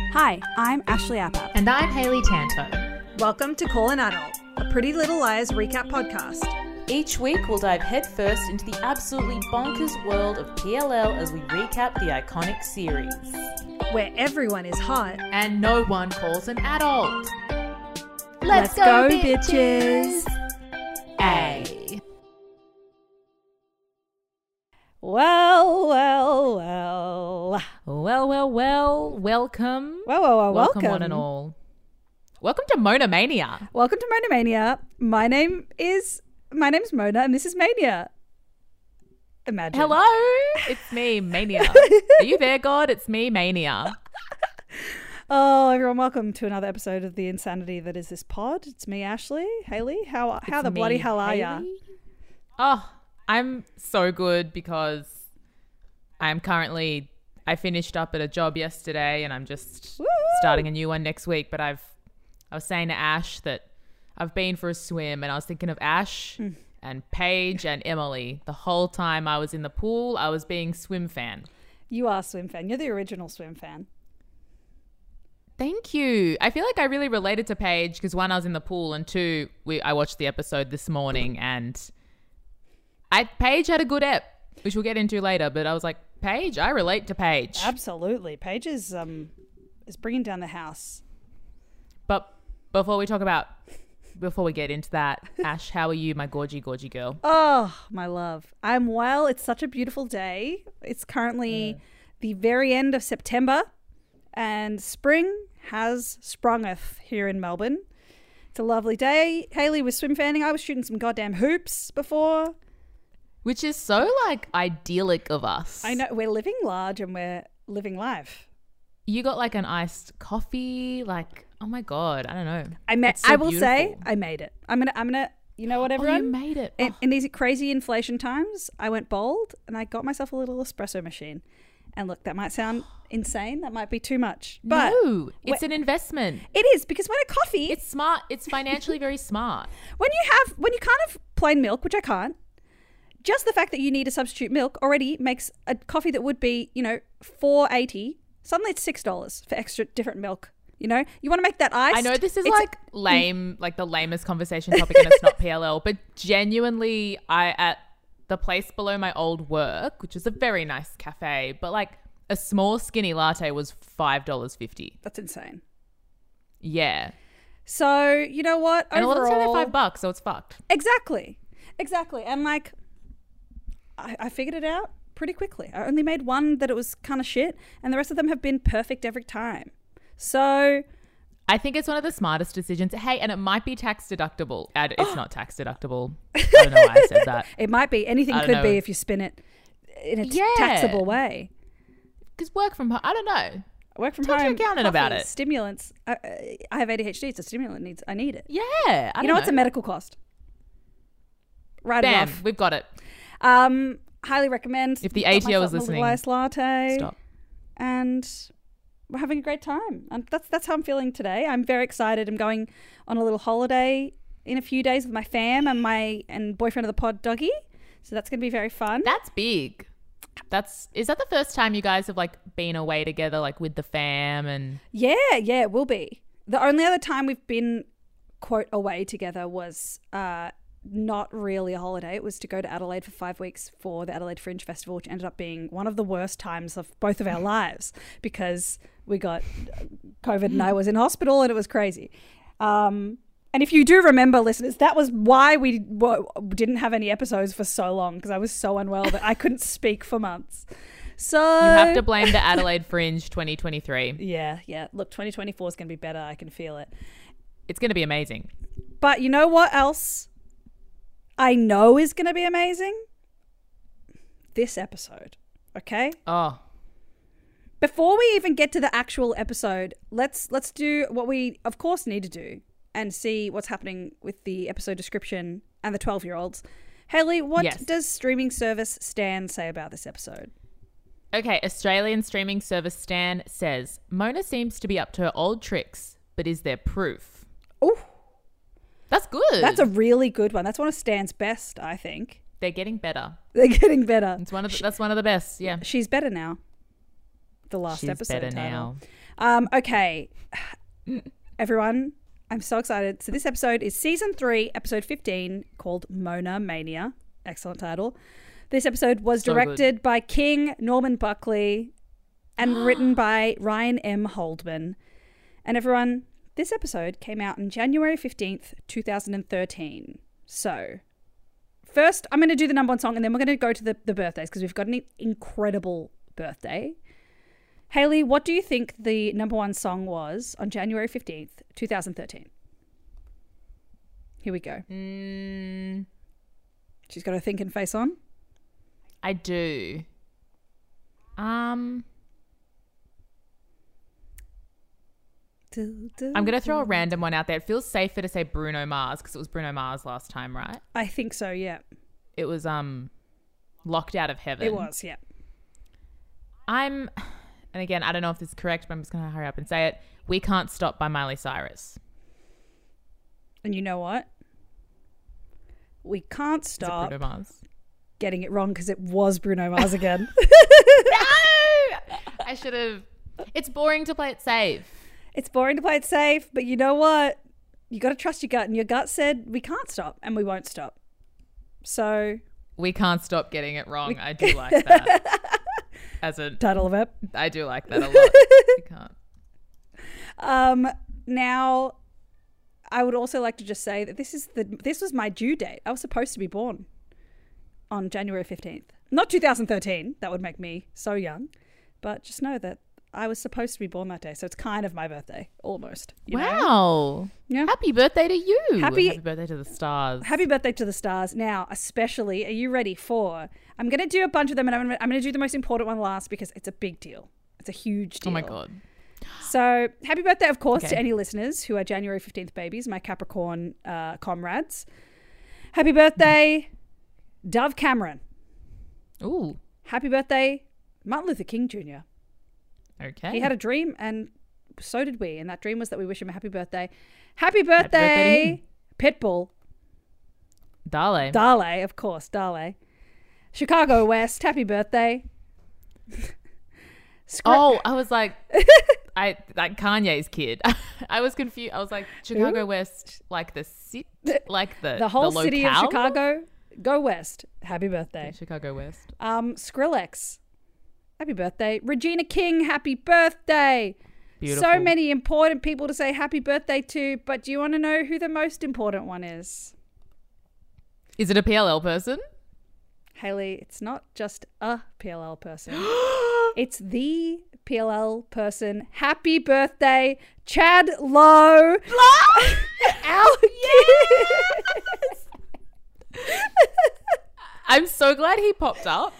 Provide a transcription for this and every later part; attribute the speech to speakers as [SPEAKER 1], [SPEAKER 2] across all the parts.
[SPEAKER 1] Hi, I'm Ashley Appap.
[SPEAKER 2] And I'm Haley Tanto.
[SPEAKER 3] Welcome to Call an Adult, a Pretty Little Liars recap podcast.
[SPEAKER 4] Each week, we'll dive headfirst into the absolutely bonkers world of PLL as we recap the iconic series.
[SPEAKER 3] where everyone is hot.
[SPEAKER 2] And no one calls an adult.
[SPEAKER 1] Let's go, bitches.
[SPEAKER 2] A.
[SPEAKER 1] Well, well, well. Well,
[SPEAKER 2] Well, well, well, welcome.
[SPEAKER 1] well, well, welcome.
[SPEAKER 2] welcome, one and all. Welcome to Mona Mania.
[SPEAKER 1] Welcome to Mona Mania. My name is my name's Mona, and this is Mania. Imagine.
[SPEAKER 2] Hello, it's me, Mania. Are you there, God? It's me, Mania.
[SPEAKER 1] Oh, everyone, welcome to another episode of the insanity that is this pod. It's me, Ashley, Haley. How how
[SPEAKER 2] It's
[SPEAKER 1] the
[SPEAKER 2] me,
[SPEAKER 1] bloody hell are ya?
[SPEAKER 2] Hayley. Oh, I'm so good because I'm currently I finished up at a job yesterday and I'm just
[SPEAKER 1] Woo!
[SPEAKER 2] starting a new one next week, but I've I was saying to Ash that I've been for a swim and I was thinking of Ash
[SPEAKER 1] Mm.
[SPEAKER 2] and Paige and Emily. The whole time I was in the pool, I was being swim fan.
[SPEAKER 1] You are a swim fan. You're the original swim fan.
[SPEAKER 2] Thank you. I feel like I really related to Paige because one, I was in the pool, and two, we I watched the episode this morning, and I Paige had a good ep, which we'll get into later. But I was like, Paige, I relate to Paige.
[SPEAKER 1] Absolutely. Paige is um is bringing down the house.
[SPEAKER 2] But before we talk about, before we get into that, Ash, how are you, my gorgy, gorgy girl?
[SPEAKER 1] Oh, my love. I'm well. It's such a beautiful day. It's currently the very end of September, and spring has sprungeth here in Melbourne. It's a lovely day. Haley was swim fanning. I was shooting some goddamn hoops before.
[SPEAKER 2] Which is so like idyllic of us.
[SPEAKER 1] I know we're living large and we're living life.
[SPEAKER 2] you got like an iced coffee. Like, oh my god, I don't know.
[SPEAKER 1] I met.
[SPEAKER 2] It's so
[SPEAKER 1] I will say,
[SPEAKER 2] beautiful.
[SPEAKER 1] I made it. I'm gonna. I'm gonna. You know what,
[SPEAKER 2] Oh,
[SPEAKER 1] everyone?
[SPEAKER 2] you made it.
[SPEAKER 1] in, in these crazy inflation times, I went bold and I got myself a little espresso machine. And look, that might sound insane. That might be too much, but
[SPEAKER 2] no, it's an investment.
[SPEAKER 1] it is because when a coffee,
[SPEAKER 2] It's smart. It's financially very smart.
[SPEAKER 1] when you have when you can't have plain milk, which I can't, just the fact that you need a substitute milk already makes a coffee that would be you know four eighty suddenly it's six dollars for extra different milk. You know, you want to make that ice.
[SPEAKER 2] I know this is like lame, like the lamest conversation topic, and it's not PLL. But genuinely, I at the place below my old work, which is a very nice cafe, but like a small skinny latte was five dollars fifty.
[SPEAKER 1] that's insane.
[SPEAKER 2] Yeah,
[SPEAKER 1] So you know what?
[SPEAKER 2] and a lot of the time
[SPEAKER 1] Overall-
[SPEAKER 2] they're five bucks, so it's fucked.
[SPEAKER 1] Exactly. Exactly. And like, I, I figured it out pretty quickly. I only made one that it was kind of shit, and the rest of them have been perfect every time. So,
[SPEAKER 2] I think it's one of the smartest decisions. Hey, and it might be tax deductible. And It's not tax deductible. I don't know why I said that.
[SPEAKER 1] it might be anything
[SPEAKER 2] I don't
[SPEAKER 1] could
[SPEAKER 2] know.
[SPEAKER 1] be if you spin it in a t-
[SPEAKER 2] Yeah.
[SPEAKER 1] taxable way.
[SPEAKER 2] Because work from home, I don't know.
[SPEAKER 1] I work from
[SPEAKER 2] Talk to your
[SPEAKER 1] home.
[SPEAKER 2] accountant about it.
[SPEAKER 1] Stimulants. I, I have ADHD. It's a stimulant. Needs. I need it.
[SPEAKER 2] Yeah, I don't
[SPEAKER 1] you know,
[SPEAKER 2] know.
[SPEAKER 1] it's a medical cost. Right
[SPEAKER 2] Bam,
[SPEAKER 1] off.
[SPEAKER 2] we've got it.
[SPEAKER 1] Um, highly recommend.
[SPEAKER 2] If the
[SPEAKER 1] Got
[SPEAKER 2] ATO
[SPEAKER 1] myself
[SPEAKER 2] was
[SPEAKER 1] a little
[SPEAKER 2] listening,
[SPEAKER 1] iced latte.
[SPEAKER 2] Stop.
[SPEAKER 1] and we're having a great time. Um, that's that's how I'm feeling today. I'm very excited. I'm going on a little holiday in a few days with my fam and my and boyfriend of the pod, Doggy. So that's going to be very fun.
[SPEAKER 2] That's big. That's is that the first time you guys have like been away together, like with the fam and
[SPEAKER 1] yeah, yeah, it will be. The only other time we've been quote away together was uh, not really a holiday. It was to go to Adelaide for five weeks for the Adelaide Fringe Festival, which ended up being one of the worst times of both of our lives because we got uh, COVID and I was in hospital and it was crazy. Um, and if you do remember, listeners, that was why we w- didn't have any episodes for so long because I was so unwell that I couldn't speak for months. So
[SPEAKER 2] you have to blame the Adelaide Fringe 2023.
[SPEAKER 1] yeah, yeah. Look, 2024 is going to be better. I can feel it.
[SPEAKER 2] It's going to be amazing.
[SPEAKER 1] But you know what else I know is going to be amazing? This episode. Okay?
[SPEAKER 2] Oh,
[SPEAKER 1] Before we even get to the actual episode, let's let's do what we of course need to do and see what's happening with the episode description and the 12-year-olds. Haley, what
[SPEAKER 2] Yes.
[SPEAKER 1] does streaming service Stan say about this episode?
[SPEAKER 2] okay. Australian streaming service Stan says Mona seems to be up to her old tricks, but is there proof?
[SPEAKER 1] Oh,
[SPEAKER 2] That's good.
[SPEAKER 1] that's a really good one. That's one of Stan's best, I think.
[SPEAKER 2] They're getting better.
[SPEAKER 1] They're getting better.
[SPEAKER 2] It's one of the, that's one of the best. Yeah.
[SPEAKER 1] She's better now. The last
[SPEAKER 2] She's
[SPEAKER 1] episode
[SPEAKER 2] better
[SPEAKER 1] title.
[SPEAKER 2] now.
[SPEAKER 1] Um, okay. Everyone, I'm so excited. So this episode is season three, episode 15, called Mona Mania. Excellent title. This episode was
[SPEAKER 2] So good.
[SPEAKER 1] directed by King Norman Buckley and written by Ryan M. Holdman. And everyone, this episode came out on January 15th, 2013. So, first, I'm going to do the number one song and then we're going to go to the, the birthdays because we've got an incredible birthday. Haley, what do you think the number one song was on January 15th, 2013? Here we go.
[SPEAKER 2] Mm,
[SPEAKER 1] She's got her thinking face on.
[SPEAKER 2] I do. Um, I'm gonna throw a random one out there. It feels safer to say Bruno Mars because it was Bruno Mars last time, right?
[SPEAKER 1] I think so, yeah.
[SPEAKER 2] It was um, locked out of heaven.
[SPEAKER 1] It was, yeah.
[SPEAKER 2] I'm, and again, I don't know if this is correct, but I'm just gonna hurry up and say it. We can't stop by Miley Cyrus.
[SPEAKER 1] And you know what? We can't
[SPEAKER 2] Is it
[SPEAKER 1] stop
[SPEAKER 2] Bruno Mars.
[SPEAKER 1] getting it wrong because it was Bruno Mars again.
[SPEAKER 2] I should have. It's boring to play it safe.
[SPEAKER 1] it's boring to play it safe, but you know what? You got to trust your gut, and your gut said we can't stop, and we won't stop. So,
[SPEAKER 2] We can't stop getting it wrong. I do like that. As a,
[SPEAKER 1] title of it.
[SPEAKER 2] I do like that a lot. We can't.
[SPEAKER 1] Um, now, I would also like to just say that this is the this was my due date. I was supposed to be born on January fifteenth, not two thousand thirteen. That would make me so young, but just know that I was supposed to be born that day, so it's kind of my birthday almost. you know?
[SPEAKER 2] wow.
[SPEAKER 1] Yeah.
[SPEAKER 2] Happy birthday to you.
[SPEAKER 1] Happy-
[SPEAKER 2] birthday to the stars.
[SPEAKER 1] Happy birthday to the stars. Now, especially, are you ready for? I'm going to do a bunch of them and I'm going to I'm gonna do the most important one last because it's a big deal. It's a huge deal.
[SPEAKER 2] oh my god.
[SPEAKER 1] So, happy birthday, of course, to
[SPEAKER 2] Okay.
[SPEAKER 1] any listeners who are January 15th babies, my Capricorn uh, comrades. Happy birthday, Dove Cameron.
[SPEAKER 2] Ooh.
[SPEAKER 1] Happy birthday, Martin Luther King Jr.
[SPEAKER 2] Okay.
[SPEAKER 1] He had a dream, and so did we. And that dream was that we wish him a happy birthday. Happy
[SPEAKER 2] birthday to
[SPEAKER 1] birthday,
[SPEAKER 2] him.
[SPEAKER 1] Pitbull.
[SPEAKER 2] Dale.
[SPEAKER 1] Dale, of course, Dale. Chicago West, happy birthday. Scri-
[SPEAKER 2] oh, I was like, I like Kanye's kid. I was confused. I was like Chicago West, like the city, like the
[SPEAKER 1] the whole city of
[SPEAKER 2] locale?
[SPEAKER 1] Chicago, go West, happy birthday.
[SPEAKER 2] Chicago West.
[SPEAKER 1] Um, Skrillex, happy birthday. Regina King, happy birthday.
[SPEAKER 2] Beautiful.
[SPEAKER 1] So many important people to say happy birthday to, but do you want to know who the most important one is?
[SPEAKER 2] Is it a PLL person?
[SPEAKER 1] Haley, it's not just a PLL person. it's the PLL person. Happy birthday, Chad Lowe. Lowe! Our
[SPEAKER 2] I'm so glad he popped up.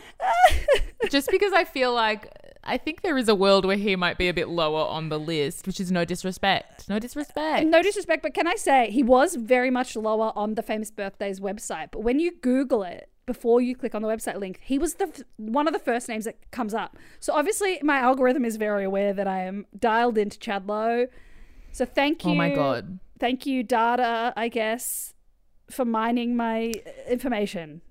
[SPEAKER 2] Just because I feel like I think there is a world where he might be a bit lower on the list, which is no disrespect. No disrespect.
[SPEAKER 1] kid. No disrespect, but can I say he was very much lower on the Famous Birthdays website, but when you Google it, before you click on the website link, he was the f- one of the first names that comes up. So obviously, my algorithm is very aware that I am dialed into Chad Lowe. So thank you.
[SPEAKER 2] Oh my god.
[SPEAKER 1] thank you data i guess for mining my uh, information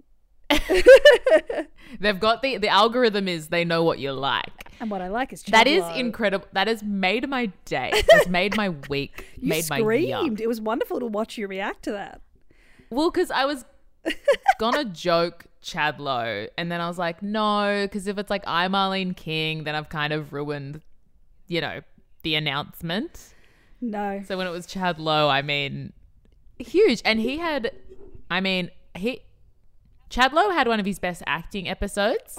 [SPEAKER 2] They've got the the algorithm is they know what you like.
[SPEAKER 1] and what i like is
[SPEAKER 2] That is
[SPEAKER 1] Chadlow.
[SPEAKER 2] incredible. That has made my day. That's made my week.
[SPEAKER 1] you
[SPEAKER 2] made my year.
[SPEAKER 1] screamed it was wonderful to watch you react to that
[SPEAKER 2] Well, because I was gonna joke Chad Lowe, and then I was like, no, because if it's like I'm Arlene King, then I've kind of ruined, you know, the announcement.
[SPEAKER 1] no
[SPEAKER 2] So when it was Chad Lowe, I mean, huge, and he had, I mean, he, Chad Lowe had one of his best acting episodes,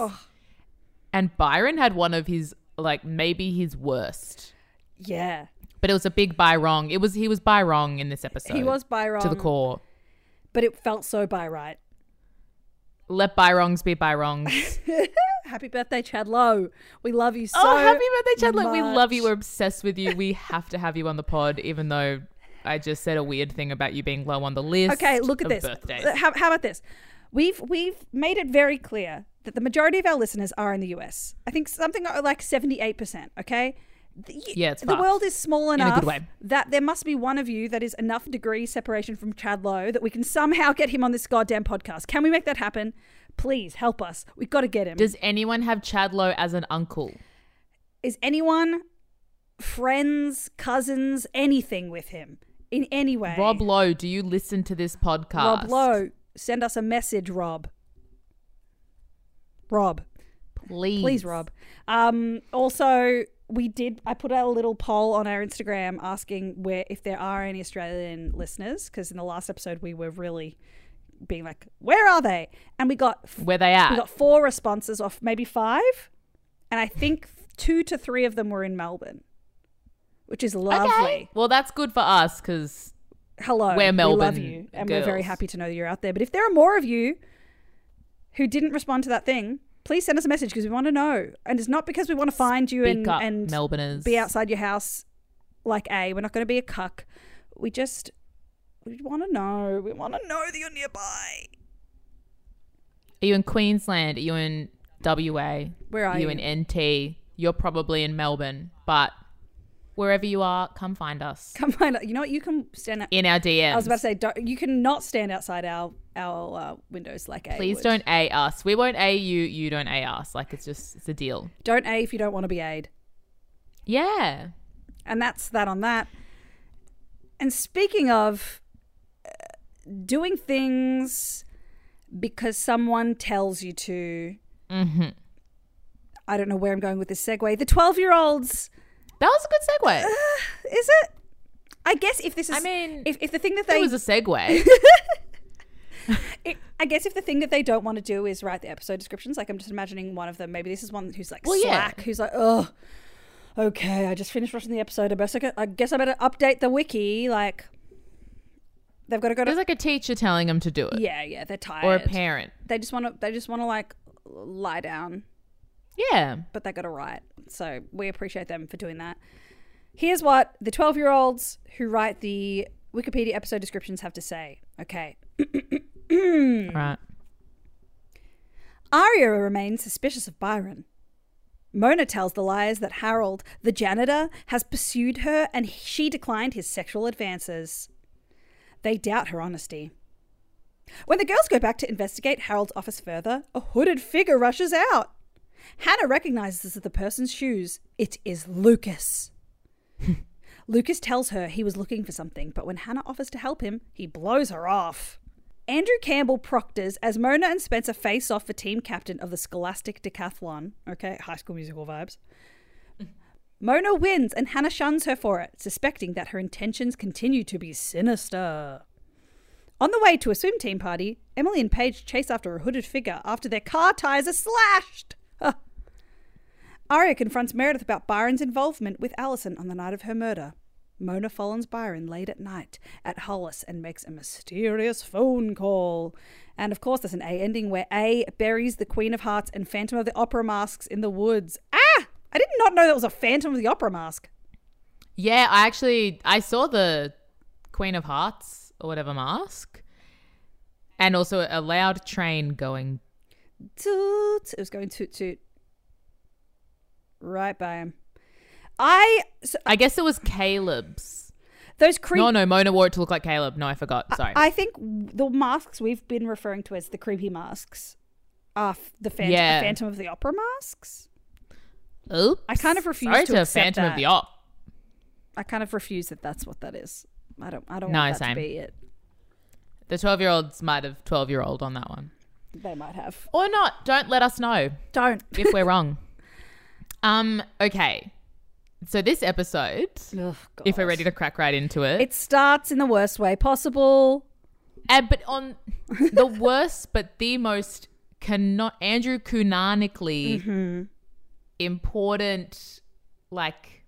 [SPEAKER 2] and Byron had one of his like maybe his worst.
[SPEAKER 1] yeah
[SPEAKER 2] But it was a big by wrong. It was he was by wrong in this episode.
[SPEAKER 1] he was by
[SPEAKER 2] to the core.
[SPEAKER 1] but it felt so by right
[SPEAKER 2] Let by wrongs be by wrongs.
[SPEAKER 1] happy birthday chad lowe we love you so
[SPEAKER 2] oh, happy birthday, Chad! Like we love you.
[SPEAKER 1] much.
[SPEAKER 2] We're obsessed with you. We have to have you on the pod, even though I just said a weird thing about you being low on the list.
[SPEAKER 1] Okay, look at
[SPEAKER 2] of
[SPEAKER 1] this.
[SPEAKER 2] Birthdays.
[SPEAKER 1] Uh, How, how about this? We've we've made it very clear that the majority of our listeners are in the US. I think something like seventy eight percent. Okay. The, y-
[SPEAKER 2] Yeah, it's
[SPEAKER 1] the
[SPEAKER 2] fast.
[SPEAKER 1] world is small
[SPEAKER 2] a
[SPEAKER 1] enough
[SPEAKER 2] good way.
[SPEAKER 1] that there must be one of you that is enough degree separation from Chad Lowe that we can somehow get him on this goddamn podcast. Can we make that happen? Please help us. We've got to get him.
[SPEAKER 2] Does anyone have Chad Lowe as an uncle?
[SPEAKER 1] is anyone friends, cousins, anything with him in any way.
[SPEAKER 2] Rob Lowe, do you listen to this podcast?
[SPEAKER 1] Rob Lowe, send us a message, Rob. Rob,
[SPEAKER 2] please,
[SPEAKER 1] please, Rob. Um, also, we did. I put out a little poll on our Instagram asking where if there are any Australian listeners because in the last episode we were really being like, where are they? And we got
[SPEAKER 2] Where they at?
[SPEAKER 1] we got four responses off maybe five and i think two to three of them were in melbourne which is lovely
[SPEAKER 2] Okay. Well, that's good for us because
[SPEAKER 1] hello
[SPEAKER 2] We're
[SPEAKER 1] we love
[SPEAKER 2] Melbourne
[SPEAKER 1] you and we're
[SPEAKER 2] girls.
[SPEAKER 1] very happy to know that you're out there but if there are more of you who didn't respond to that thing please send us a message because we want to know and it's not because we want to find you
[SPEAKER 2] speak
[SPEAKER 1] and,
[SPEAKER 2] up,
[SPEAKER 1] and
[SPEAKER 2] Melbourneers.
[SPEAKER 1] be outside your house like a we're not going to be a cuck we just we want to know we want to know that you're nearby
[SPEAKER 2] Are you in Queensland? Are you in WA?
[SPEAKER 1] Where are
[SPEAKER 2] you?
[SPEAKER 1] you?
[SPEAKER 2] in NT? You're probably in Melbourne, but wherever you are, come find us
[SPEAKER 1] come find out you know what you can stand out
[SPEAKER 2] in our DMs.
[SPEAKER 1] I was about to say, don't, you cannot stand outside our our uh, windows like a.
[SPEAKER 2] Please
[SPEAKER 1] would.
[SPEAKER 2] don't A us. We won't A you. You don't A us. Like it's just it's a deal.
[SPEAKER 1] don't a if you don't want to be aid.
[SPEAKER 2] Yeah.
[SPEAKER 1] And that's that on that. And speaking of uh, doing things because someone tells you to,
[SPEAKER 2] hmm
[SPEAKER 1] I don't know where I'm going with this segue. The 12 year olds,
[SPEAKER 2] That was a good segue.
[SPEAKER 1] is it? I guess if this is,
[SPEAKER 2] I mean,
[SPEAKER 1] if, if the thing that
[SPEAKER 2] it
[SPEAKER 1] they,
[SPEAKER 2] was a segue.
[SPEAKER 1] it- I guess if the thing that they don't want to do is write the episode descriptions, like I'm just imagining one of them. Maybe this is one who's like
[SPEAKER 2] Well, yeah.
[SPEAKER 1] slack, who's like, oh, okay, I just finished watching the episode. I best, I guess I better update the wiki. Like, they've got to go to.
[SPEAKER 2] There's like a teacher telling him to do it,
[SPEAKER 1] yeah, yeah, they're tired.
[SPEAKER 2] or a parent.
[SPEAKER 1] They just want to. They just want to like lie down,
[SPEAKER 2] Yeah.
[SPEAKER 1] but they got to write. So we appreciate them for doing that. Here's what the 12 year olds who write the Wikipedia episode descriptions have to say. Okay, Hmm.
[SPEAKER 2] Right.
[SPEAKER 1] Arya remains suspicious of Byron. Mona tells the liars that Harold, the janitor, has pursued her and she declined his sexual advances. They doubt her honesty. When the girls go back to investigate Harold's office further, a hooded figure rushes out. Hannah recognizes the person's shoes. It is Lucas. Lucas tells her he was looking for something, but when Hannah offers to help him, he blows her off. Andrew Campbell proctors as Mona and Spencer face off for team captain of the Scholastic Decathlon. Okay, high school musical vibes. Mona wins and Hannah shuns her for it, suspecting that her intentions continue to be sinister. On the way to a swim team party, Emily and Paige chase after a hooded figure after their car tires are slashed. Huh. Arya confronts Meredith about Byron's involvement with Allison on the night of her murder. Mona follows Byron late at night at Hollis and makes a mysterious phone call. And of course, there's an A ending where A buries the Queen of Hearts and Phantom of the Opera masks in the woods. Ah! I did not know that was a Phantom of the Opera mask.
[SPEAKER 2] Yeah, I actually I saw the Queen of Hearts or whatever mask, and also a loud train going.
[SPEAKER 1] Toot. It was going toot toot. Right by him. I. So,
[SPEAKER 2] I guess it was Caleb's.
[SPEAKER 1] those creepy.
[SPEAKER 2] No, no, Mona wore it to look like Caleb. No, I forgot. Sorry.
[SPEAKER 1] I think the masks we've been referring to as the creepy masks are f- the Phantom,
[SPEAKER 2] Yeah.
[SPEAKER 1] Phantom of the Opera masks.
[SPEAKER 2] Oops.
[SPEAKER 1] I kind of refuse
[SPEAKER 2] Sorry
[SPEAKER 1] to
[SPEAKER 2] to,
[SPEAKER 1] accept
[SPEAKER 2] Phantom
[SPEAKER 1] that.
[SPEAKER 2] of the Op.
[SPEAKER 1] I kind of refuse that that's what that is. I don't. I don't
[SPEAKER 2] No,
[SPEAKER 1] want that
[SPEAKER 2] same.
[SPEAKER 1] to be it.
[SPEAKER 2] The twelve-year-olds might have twelve-year-old on that one,
[SPEAKER 1] They might have.
[SPEAKER 2] or not. Don't let us know
[SPEAKER 1] Don't.
[SPEAKER 2] if we're wrong. Um. Okay. So this episode,
[SPEAKER 1] Ugh, God.
[SPEAKER 2] if we're ready to crack right into it,
[SPEAKER 1] It starts in the worst way possible.
[SPEAKER 2] Uh, but on the worst, but the most cano- Andrew Cunanically
[SPEAKER 1] Mm-hmm.
[SPEAKER 2] important, like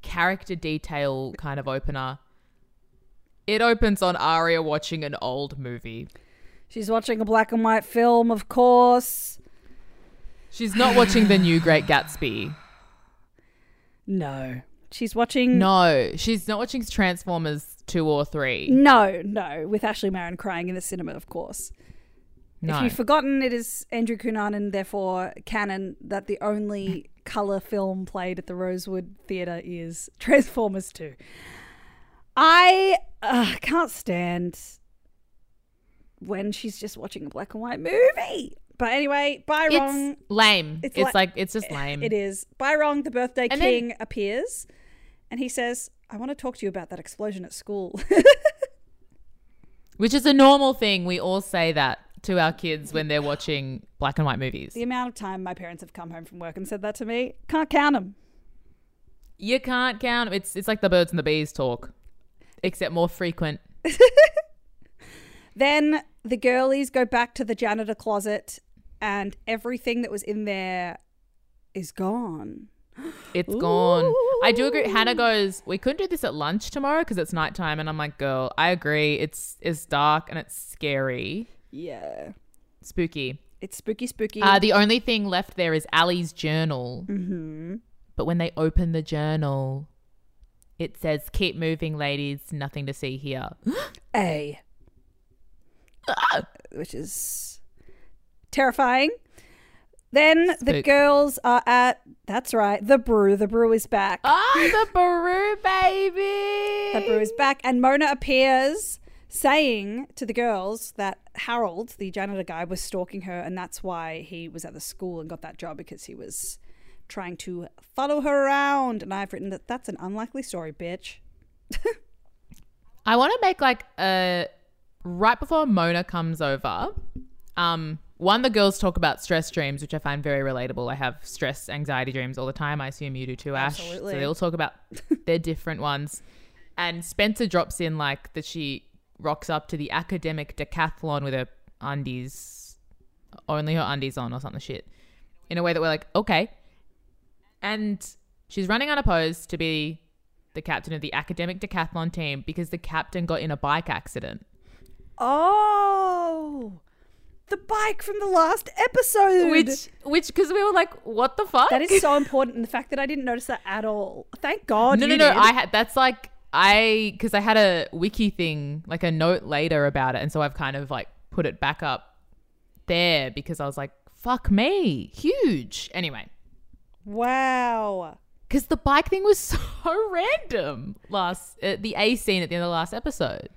[SPEAKER 2] character detail kind of opener. It opens on Arya watching an old movie.
[SPEAKER 1] She's watching a black and white film, of course.
[SPEAKER 2] She's not watching the new Great Gatsby.
[SPEAKER 1] No. She's watching.
[SPEAKER 2] No, she's not watching Transformers two or three.
[SPEAKER 1] No, no, with Ashley Marin crying in the cinema, of course. If
[SPEAKER 2] No,
[SPEAKER 1] you've forgotten, it is Andrew Cunanan, therefore canon, that the only colour film played at the Rosewood Theatre is Transformers 2. I uh, can't stand when she's just watching a black and white movie. But anyway, Byron,
[SPEAKER 2] it's lame.
[SPEAKER 1] It's
[SPEAKER 2] It's,
[SPEAKER 1] li-
[SPEAKER 2] like it's just lame.
[SPEAKER 1] it is. Byron, the birthday
[SPEAKER 2] And
[SPEAKER 1] king, appears and he says, I want to talk to you about that explosion at school.
[SPEAKER 2] Which is a normal thing. We all say that to our kids when they're watching black and white movies.
[SPEAKER 1] the amount of time my parents have come home from work and said that to me, can't count them.
[SPEAKER 2] You can't count. It's it's like the birds and the bees talk, except more frequent.
[SPEAKER 1] Then the girlies go back to the janitor closet, and everything that was in there is gone.
[SPEAKER 2] It's gone. I do agree. Hannah goes, "We couldn't do this at lunch tomorrow because it's nighttime." And I'm like, "Girl, I agree. It's it's dark and it's scary,
[SPEAKER 1] Yeah.
[SPEAKER 2] spooky."
[SPEAKER 1] It's spooky, spooky.
[SPEAKER 2] Uh, the only thing left there is Ali's journal. Mm-hmm. But when they open the journal, it says, "Keep moving, ladies. Nothing to see here."
[SPEAKER 1] A. Which is terrifying. Then the
[SPEAKER 2] Spook.
[SPEAKER 1] girls are at, that's right, the brew. The brew is back.
[SPEAKER 2] oh, the brew, baby.
[SPEAKER 1] The brew is back, and Mona appears saying to the girls that Harold, the janitor guy, was stalking her, and that's why he was at the school and got that job because he was trying to follow her around. And I've written that that's an unlikely story, bitch.
[SPEAKER 2] I want to make like a right before Mona comes over. Um, one, the girls talk about stress dreams, which I find very relatable. I have stress anxiety dreams all the time. I assume you do too, Ash.
[SPEAKER 1] Absolutely.
[SPEAKER 2] So they all talk about their different ones. And Spencer drops in like that she rocks up to the academic decathlon with her undies, only her undies on or something shit, in a way that we're like, okay. And she's running unopposed to be the captain of the academic decathlon team because the captain got in a bike accident.
[SPEAKER 1] Oh, the bike from the last episode.
[SPEAKER 2] Which, which, because we were like, what the fuck?
[SPEAKER 1] that is so important, and the fact that I didn't notice that at all. Thank God.
[SPEAKER 2] no, no,
[SPEAKER 1] you
[SPEAKER 2] no.
[SPEAKER 1] did.
[SPEAKER 2] I had that's like I because I had a wiki thing, like a note later about it, and so I've kind of like put it back up there because I was like, fuck me, huge. Anyway,
[SPEAKER 1] wow.
[SPEAKER 2] because the bike thing was so random last uh, the A scene at the end of the last episode.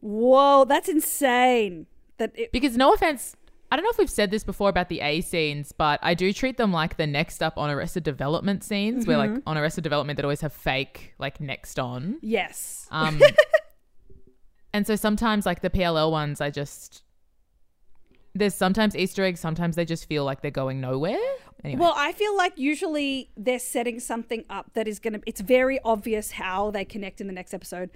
[SPEAKER 1] Whoa, that's insane. That it,
[SPEAKER 2] Because no offense, I don't know if we've said this before about the A scenes, but I do treat them like the next up on Arrested Development scenes, where like
[SPEAKER 1] Mm-hmm.
[SPEAKER 2] on Arrested Development they'd always have fake like next on.
[SPEAKER 1] yes.
[SPEAKER 2] Um, and so sometimes like the PLL ones, I just there's sometimes Easter eggs, sometimes they just feel like they're going nowhere. Anyway,
[SPEAKER 1] Well, I feel like usually they're setting something up that is going to, it's very obvious how they connect in the next episode.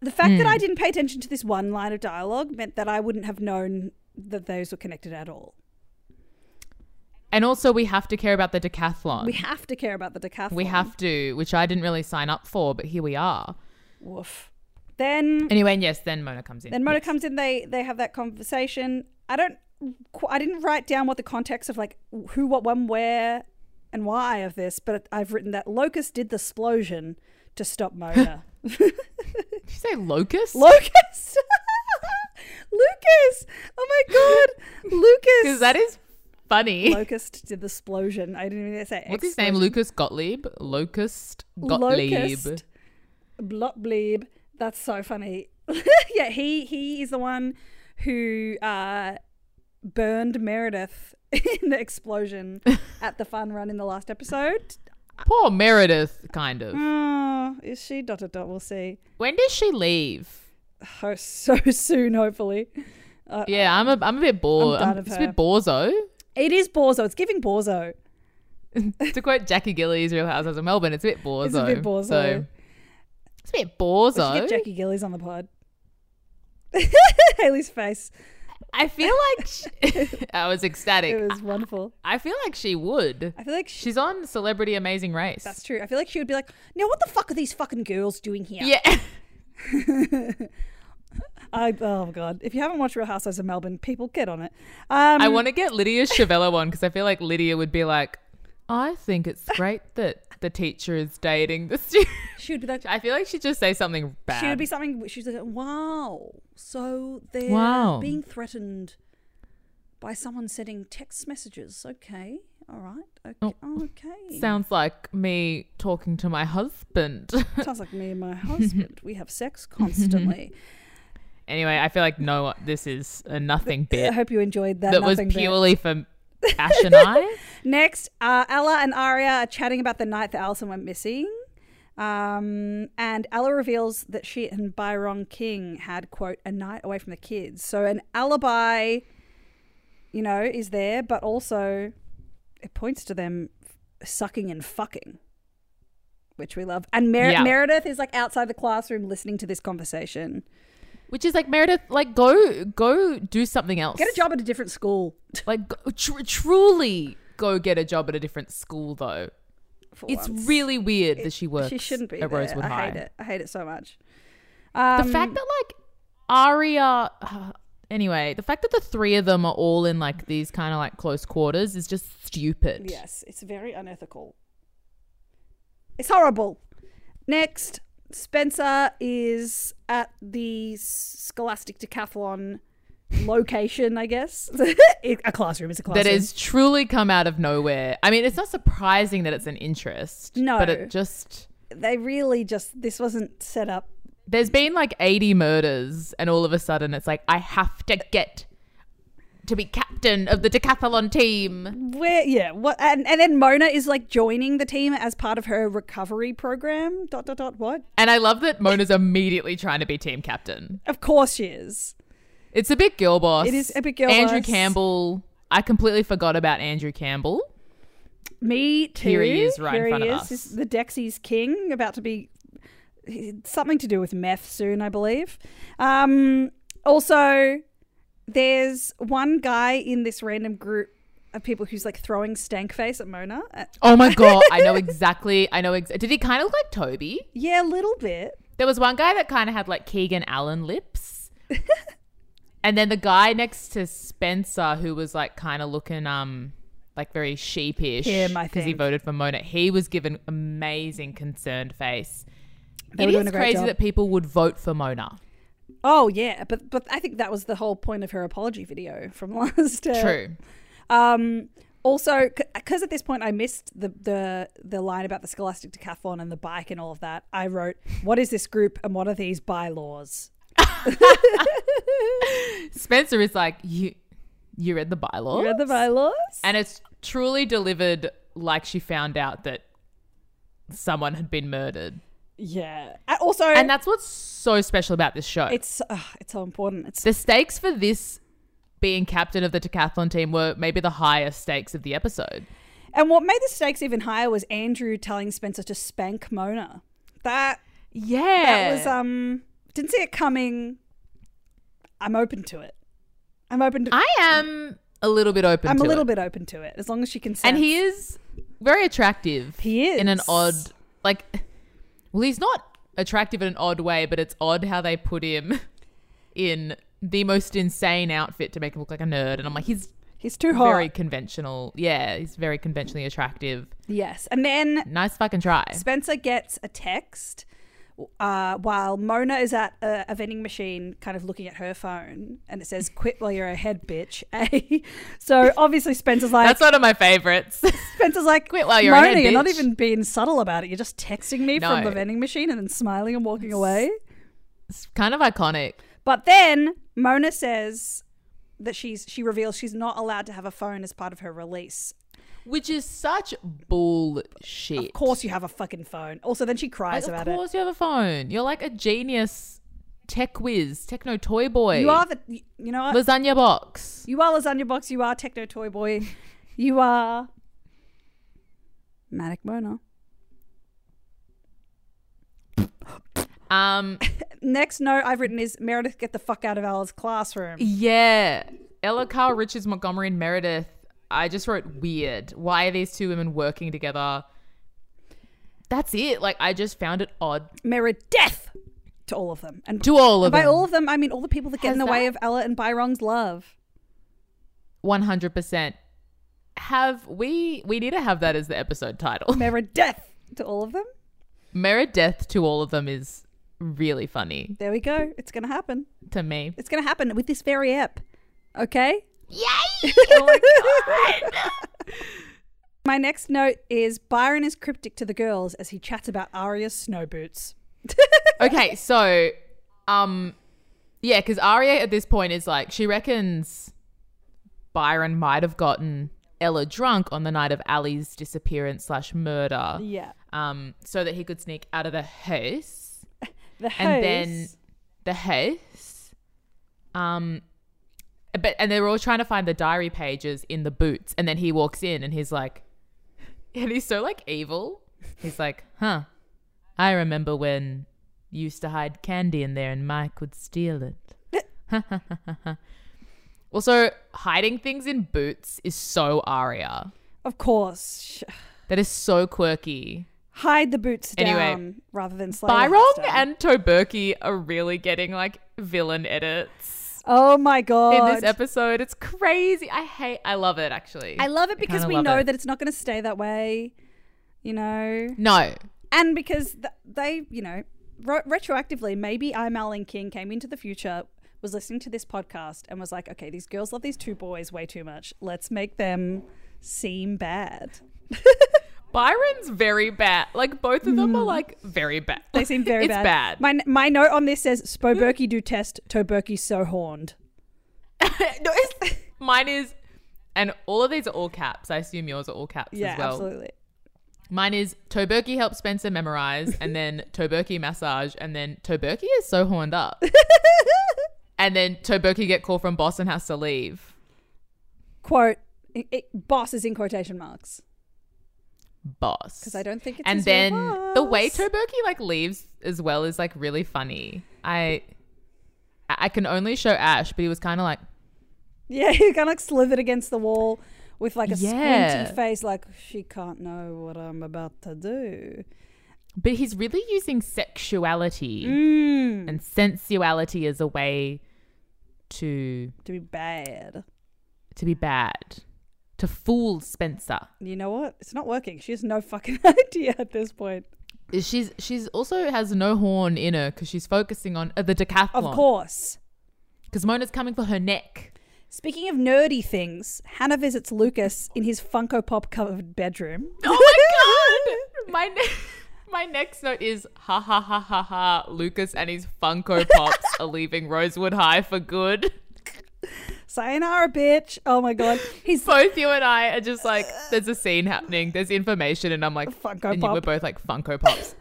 [SPEAKER 1] The fact that
[SPEAKER 2] Hmm.
[SPEAKER 1] I didn't pay attention to this one line of dialogue meant that I wouldn't have known that those were connected at all.
[SPEAKER 2] and also we have to care about the decathlon.
[SPEAKER 1] We have to care about the decathlon.
[SPEAKER 2] We have to, which I didn't really sign up for, but here we are.
[SPEAKER 1] Woof. Then,
[SPEAKER 2] Anyway, and yes, then Mona comes in.
[SPEAKER 1] then Mona
[SPEAKER 2] Yes.
[SPEAKER 1] comes in, they, they have that conversation. I don't, qu- I didn't write down what the context of like who, what, when, where, and why of this, but I've written that Locust did the explosion to stop Mona.
[SPEAKER 2] Did you say locust?
[SPEAKER 1] Locust. Lucas. Oh my god. Lucas.
[SPEAKER 2] Because that is funny.
[SPEAKER 1] Locust did the explosion. I didn't even say
[SPEAKER 2] What's his name?
[SPEAKER 1] explosion.
[SPEAKER 2] Lucas Gottlieb? Locust Gottlieb.
[SPEAKER 1] Locust. Blop bleeb. That's so funny. yeah, he he is the one who uh burned Meredith in the explosion at the fun run in the last episode.
[SPEAKER 2] Poor Meredith, kind of.
[SPEAKER 1] Oh, is she dot dot dot? We'll see.
[SPEAKER 2] When does she leave?
[SPEAKER 1] Oh, so soon, hopefully.
[SPEAKER 2] Yeah, I'm a, I'm a bit bored.
[SPEAKER 1] I'm
[SPEAKER 2] I'm,
[SPEAKER 1] done of
[SPEAKER 2] it's
[SPEAKER 1] her.
[SPEAKER 2] a bit borzo.
[SPEAKER 1] It is Borzo. It's giving Borzo.
[SPEAKER 2] to quote Jackie Gillies, Real Housewives of Melbourne, it's a bit borzo.
[SPEAKER 1] It's a bit borzo.
[SPEAKER 2] So- it's a bit
[SPEAKER 1] We should
[SPEAKER 2] borzo.
[SPEAKER 1] get Jackie Gillies on the pod. Haley's face.
[SPEAKER 2] I feel like she- I was ecstatic.
[SPEAKER 1] It was wonderful.
[SPEAKER 2] I feel like she would.
[SPEAKER 1] I feel like she,
[SPEAKER 2] She's on Celebrity Amazing Race.
[SPEAKER 1] that's true. I feel like she would be like, now what the fuck are these fucking girls doing here?
[SPEAKER 2] yeah.
[SPEAKER 1] I, oh, God. If you haven't watched Real Housewives of Melbourne, people, get on it.
[SPEAKER 2] I
[SPEAKER 1] Um,
[SPEAKER 2] want to get Lydia Chavella one because I feel like Lydia would be like, I think it's great that the teacher is dating the student.
[SPEAKER 1] she would be like,
[SPEAKER 2] I feel like she'd just say something bad.
[SPEAKER 1] she would be something, she's like, wow. So they're
[SPEAKER 2] Wow.
[SPEAKER 1] being threatened by someone sending text messages. Okay. All right.
[SPEAKER 2] Oh.
[SPEAKER 1] Okay. Oh, okay.
[SPEAKER 2] Sounds like me talking to my husband.
[SPEAKER 1] Sounds like me and my husband. we have sex constantly.
[SPEAKER 2] anyway, I feel like no, this is a nothing
[SPEAKER 1] I
[SPEAKER 2] bit
[SPEAKER 1] hope you enjoyed that.
[SPEAKER 2] that was
[SPEAKER 1] nothing bit.
[SPEAKER 2] purely for Ash and I.
[SPEAKER 1] Next, uh, Ella and Aria are chatting about the night that Alison went missing. Um, and Ella reveals that she and Byron King had, quote, a night away from the kids. So an alibi, you know, is there, but also it points to them f- sucking and fucking, which we love. And Mer-
[SPEAKER 2] Yeah.
[SPEAKER 1] Meredith is like outside the classroom listening to this conversation.
[SPEAKER 2] Which is like Meredith, like go go do something else.
[SPEAKER 1] Get a job at a different school.
[SPEAKER 2] Like go, tr- truly go get a job at a different school though.
[SPEAKER 1] For
[SPEAKER 2] It's
[SPEAKER 1] once.
[SPEAKER 2] really weird that she works.
[SPEAKER 1] She shouldn't be
[SPEAKER 2] at
[SPEAKER 1] there.
[SPEAKER 2] Rosewood
[SPEAKER 1] I
[SPEAKER 2] High.
[SPEAKER 1] hate it. I hate it so much.
[SPEAKER 2] The
[SPEAKER 1] Um,
[SPEAKER 2] fact that like Aria. Anyway, the fact that the three of them are all in like these kind of like close quarters is just stupid.
[SPEAKER 1] Yes, it's very unethical. It's horrible. Next, Spencer is at the Scholastic Decathlon location, I guess. It- a classroom is a classroom.
[SPEAKER 2] That has truly come out of nowhere. I mean, it's not surprising that it's an interest.
[SPEAKER 1] No.
[SPEAKER 2] But it just.
[SPEAKER 1] They really just, this wasn't set up.
[SPEAKER 2] There's been like 80 murders, and all of a sudden it's like, I have to get to be captain of the decathlon team.
[SPEAKER 1] Where, yeah, what, and, and then Mona is like joining the team as part of her recovery program. Dot, dot, dot, what?
[SPEAKER 2] And I love that Mona's immediately trying to be team captain.
[SPEAKER 1] Of course she is.
[SPEAKER 2] It's a bit girl boss.
[SPEAKER 1] It is a bit girl
[SPEAKER 2] Andrew
[SPEAKER 1] boss.
[SPEAKER 2] Campbell. I completely forgot about Andrew Campbell.
[SPEAKER 1] Me too.
[SPEAKER 2] Here he is right in
[SPEAKER 1] Here
[SPEAKER 2] front
[SPEAKER 1] he
[SPEAKER 2] of
[SPEAKER 1] is.
[SPEAKER 2] us.
[SPEAKER 1] He's the Dexy's king, about to be something to do with meth soon, I believe. Um, also, there's one guy in this random group of people who's like throwing stank face at Mona. Uh,
[SPEAKER 2] Oh my god, I know exactly. I know. Ex- Did he kind of look like Toby?
[SPEAKER 1] yeah, a little bit.
[SPEAKER 2] There was one guy that kind of had like Keegan Allen lips. and then the guy next to Spencer who was like kind of looking um like very sheepish
[SPEAKER 1] Him, I
[SPEAKER 2] he
[SPEAKER 1] think.
[SPEAKER 2] voted for Mona. He was given amazing concerned face.
[SPEAKER 1] They were
[SPEAKER 2] it
[SPEAKER 1] doing
[SPEAKER 2] is
[SPEAKER 1] a great
[SPEAKER 2] crazy
[SPEAKER 1] job.
[SPEAKER 2] that people would vote for Mona.
[SPEAKER 1] Oh yeah, but but I think that was the whole point of her apology video from last. Uh,
[SPEAKER 2] True.
[SPEAKER 1] Um, also, because at this point I missed the, the the line about the Scholastic Decathlon and the bike and all of that, I wrote, "What is this group and what are these bylaws?"
[SPEAKER 2] Spencer is like you you read the bylaws?
[SPEAKER 1] You read the bylaws?
[SPEAKER 2] And it's truly delivered like she found out that someone had been murdered.
[SPEAKER 1] yeah. And also,
[SPEAKER 2] And that's what's so special about this show.
[SPEAKER 1] it's uh, it's so important. It's
[SPEAKER 2] The stakes for this being captain of the decathlon team were maybe the highest stakes of the episode.
[SPEAKER 1] and what made the stakes even higher was Andrew telling Spencer to spank Mona. That
[SPEAKER 2] Yeah.
[SPEAKER 1] that was um didn't see it coming. I'm open to it. I'm open to.
[SPEAKER 2] I am a little bit open
[SPEAKER 1] I'm a
[SPEAKER 2] to
[SPEAKER 1] little
[SPEAKER 2] it.
[SPEAKER 1] bit open to it as long as she can.
[SPEAKER 2] And
[SPEAKER 1] sense-
[SPEAKER 2] he is very attractive.
[SPEAKER 1] He is.
[SPEAKER 2] In an odd like well, he's not attractive in an odd way, but it's odd how they put him in the most insane outfit to make him look like a nerd. And I'm like, he's
[SPEAKER 1] he's too hot.
[SPEAKER 2] very conventional. Yeah, he's very conventionally attractive.
[SPEAKER 1] Yes. And then
[SPEAKER 2] Nice fucking try.
[SPEAKER 1] Spencer gets a text uh, while Mona is at a, a vending machine, kind of looking at her phone, and it says, "Quit while you're ahead, bitch." Eh? so obviously Spencer's like,
[SPEAKER 2] That's one of my favorites.
[SPEAKER 1] Spencer's like,
[SPEAKER 2] Quit while you're
[SPEAKER 1] Mona,
[SPEAKER 2] ahead,
[SPEAKER 1] you're not
[SPEAKER 2] bitch."
[SPEAKER 1] even being subtle about it. You're just texting me from
[SPEAKER 2] No.
[SPEAKER 1] the vending machine and then smiling and walking away."
[SPEAKER 2] it's kind of iconic.
[SPEAKER 1] But then Mona says that she's she reveals she's not allowed to have a phone as part of her release.
[SPEAKER 2] Which is such bullshit.
[SPEAKER 1] Of course, you have a fucking phone. Also, then she cries
[SPEAKER 2] Like,
[SPEAKER 1] about
[SPEAKER 2] of
[SPEAKER 1] it.
[SPEAKER 2] course you have a phone. You're like a genius tech whiz, techno toy boy.
[SPEAKER 1] You are the you know what?
[SPEAKER 2] lasagna box.
[SPEAKER 1] You are Lasagna Box. You are Techno Toy Boy. You are Matic Mona.
[SPEAKER 2] Um
[SPEAKER 1] Next note I've written is Meredith, get the fuck out of Ella's classroom.
[SPEAKER 2] yeah. Ella Carl Richards Montgomery and Meredith. I just wrote weird. Why are these two women working together? That's it. Like I just found it odd
[SPEAKER 1] Meredith to all of them. And
[SPEAKER 2] to all
[SPEAKER 1] and
[SPEAKER 2] of
[SPEAKER 1] by
[SPEAKER 2] them.
[SPEAKER 1] all of them, I mean all the people that get in the
[SPEAKER 2] Has
[SPEAKER 1] way
[SPEAKER 2] that-
[SPEAKER 1] of Ella and Byron's love.
[SPEAKER 2] One hundred percent. Have we? We need to have that as the episode title.
[SPEAKER 1] Meredith to all of them.
[SPEAKER 2] Meredith to all of them is really funny
[SPEAKER 1] There we go. It's going to happen.
[SPEAKER 2] to me.
[SPEAKER 1] It's going to happen with this very ep. Okay? Oh
[SPEAKER 2] Yay!
[SPEAKER 1] My next note is Byron is cryptic to the girls as he chats about Arya's snow boots.
[SPEAKER 2] okay, so, um, yeah, because Aria at this point is like she reckons Byron might have gotten Ella drunk on the night of Ali's disappearance slash murder,
[SPEAKER 1] Yeah.
[SPEAKER 2] um, so that he could sneak out of the house
[SPEAKER 1] The
[SPEAKER 2] and then
[SPEAKER 1] hose.
[SPEAKER 2] the house. Um, but and they were all trying to find the diary pages in the boots, and then he walks in and he's like, and he's so like evil. He's like, huh? I remember when you used to hide candy in there, and Mike would steal it. also, hiding things in boots is so Aria.
[SPEAKER 1] of course, Sh-
[SPEAKER 2] That is so quirky.
[SPEAKER 1] hide the boots
[SPEAKER 2] Anyway.
[SPEAKER 1] down rather than slay the
[SPEAKER 2] Byron
[SPEAKER 1] house down.
[SPEAKER 2] and Toberki are really getting like villain edits.
[SPEAKER 1] oh my god,
[SPEAKER 2] in this episode. It's crazy. I hate. I love it actually.
[SPEAKER 1] I love it because
[SPEAKER 2] kinda
[SPEAKER 1] we
[SPEAKER 2] love
[SPEAKER 1] know
[SPEAKER 2] it.
[SPEAKER 1] that it's not going to stay that way, you know,
[SPEAKER 2] no.
[SPEAKER 1] and because th- they, you know, ro- retroactively, maybe I'm Alan King came into the future, was listening to this podcast, and was like, okay, these girls love these two boys way too much. Let's make them seem bad.
[SPEAKER 2] Byron's very bad. Like both of them are like very bad.
[SPEAKER 1] Mm. They seem very
[SPEAKER 2] it's
[SPEAKER 1] bad. My my note on this says Spoberky do test. Toberky so horned.
[SPEAKER 2] no, it's, mine is, and all of these are all caps. I assume yours are all caps
[SPEAKER 1] Yeah,
[SPEAKER 2] as well.
[SPEAKER 1] absolutely.
[SPEAKER 2] Mine is Toberki helps Spencer memorize, and then Toberki massage, and then Toberki is so horned up, and then Toberki get call from boss and has to leave.
[SPEAKER 1] Quote. It, it, boss is in quotation marks.
[SPEAKER 2] boss
[SPEAKER 1] 'Cause I don't think it's
[SPEAKER 2] and
[SPEAKER 1] his
[SPEAKER 2] then
[SPEAKER 1] real
[SPEAKER 2] the way
[SPEAKER 1] boss.
[SPEAKER 2] Toberki like leaves as well is like really funny I I I can only show Ash but he was kind of like
[SPEAKER 1] Yeah, he kind of like slithered against the wall with like a
[SPEAKER 2] Yeah.
[SPEAKER 1] squinty face, like she can't know what I'm about to do.
[SPEAKER 2] but he's really using sexuality
[SPEAKER 1] Mm,
[SPEAKER 2] and sensuality as a way to
[SPEAKER 1] to be bad.
[SPEAKER 2] to be bad to fool Spencer
[SPEAKER 1] You know what? It's not working. She has no fucking idea at this point.
[SPEAKER 2] she's she's also has no horn in her because she's focusing on uh, the
[SPEAKER 1] Of
[SPEAKER 2] decathlon
[SPEAKER 1] course.
[SPEAKER 2] because Mona's coming for her neck
[SPEAKER 1] Speaking of nerdy things, Hannah visits Lucas in his Funko Pop covered bedroom.
[SPEAKER 2] Oh my god! My ne- my next note is ha ha ha ha ha. Lucas and his Funko Pops are leaving Rosewood High for good.
[SPEAKER 1] Sayonara, bitch. Oh my god. He's
[SPEAKER 2] Both you and I are just like, there's a scene happening. There's information, and I'm like,
[SPEAKER 1] Funko
[SPEAKER 2] and
[SPEAKER 1] Pop.
[SPEAKER 2] we're both like Funko Pops.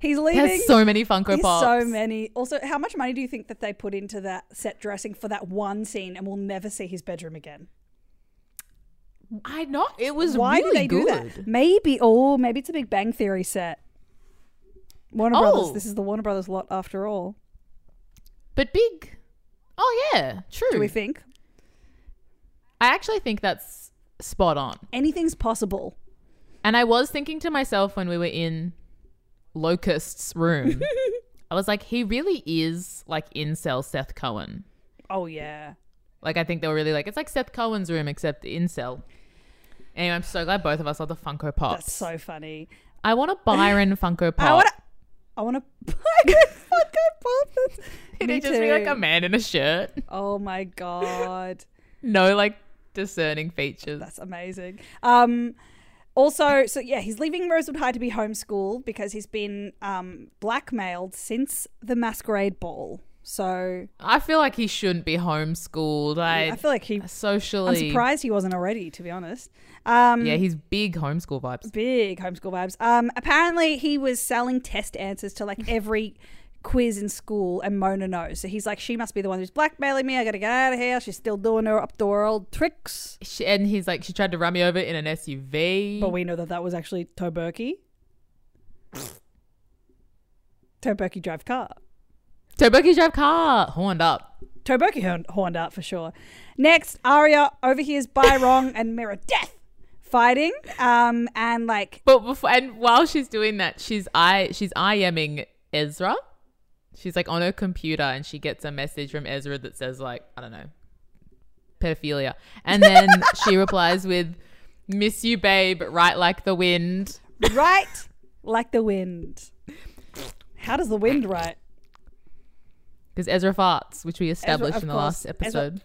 [SPEAKER 1] he's leaving.
[SPEAKER 2] There's so many Funko
[SPEAKER 1] There's
[SPEAKER 2] Pops.
[SPEAKER 1] so many. Also, how much money do you think that they put into that set dressing for that one scene and we'll never see his bedroom again?
[SPEAKER 2] I know it was
[SPEAKER 1] Why
[SPEAKER 2] really
[SPEAKER 1] do they do
[SPEAKER 2] good.
[SPEAKER 1] that? Maybe, oh, maybe it's a Big Bang Theory set. Warner
[SPEAKER 2] Oh.
[SPEAKER 1] Brothers. This is the Warner Brothers lot after all.
[SPEAKER 2] But big. Oh yeah, true.
[SPEAKER 1] Do we think
[SPEAKER 2] I actually think that's spot on.
[SPEAKER 1] anything's possible?
[SPEAKER 2] And I was thinking to myself when we were in Locust's room, I was like, he really is like incel Seth Cohen.
[SPEAKER 1] Oh yeah.
[SPEAKER 2] Like, I think they were really like, it's like Seth Cohen's room, except incel. Anyway, I'm so glad both of us are the Funko Pops.
[SPEAKER 1] That's so funny.
[SPEAKER 2] I want a Byron Funko Pop.
[SPEAKER 1] I want to. I want to buy a Funko Pop. That's-
[SPEAKER 2] It'd
[SPEAKER 1] Me
[SPEAKER 2] just be like
[SPEAKER 1] too.
[SPEAKER 2] a man in a shirt.
[SPEAKER 1] Oh my god.
[SPEAKER 2] No, like, discerning features.
[SPEAKER 1] That's amazing. Um, also, so yeah, he's leaving Rosewood High to be homeschooled because he's been um, blackmailed since the masquerade ball. So
[SPEAKER 2] I feel like he shouldn't be homeschooled. I,
[SPEAKER 1] I feel like he.
[SPEAKER 2] socially.
[SPEAKER 1] I'm surprised he wasn't already, to be honest. Um,
[SPEAKER 2] Yeah, he's big homeschool vibes.
[SPEAKER 1] big homeschool vibes. Um, apparently, he was selling test answers to like every quiz in school, and Mona knows. So he's like, she must be the one who's blackmailing me. I gotta get out of here. She's still doing her up to her old tricks.
[SPEAKER 2] She, and he's like, she tried to run me over in an SUV.
[SPEAKER 1] But we know that that was actually Toberky. Toberky drive car.
[SPEAKER 2] Toberki drive car horned up.
[SPEAKER 1] Toberky horn- horned out for sure. Next, Arya overhears Byrong and Mirror Death fighting. Um, and like,
[SPEAKER 2] But before and while she's doing that, she's I she's IMing Ezra. She's like on her computer and she gets a message from Ezra that says like I don't know pedophilia, and then she replies with "Miss you, babe, right like the wind."
[SPEAKER 1] right like the wind. How does the wind right?
[SPEAKER 2] Because Ezra farts, which we established
[SPEAKER 1] of
[SPEAKER 2] in the
[SPEAKER 1] course.
[SPEAKER 2] last
[SPEAKER 1] Ezra-
[SPEAKER 2] episode.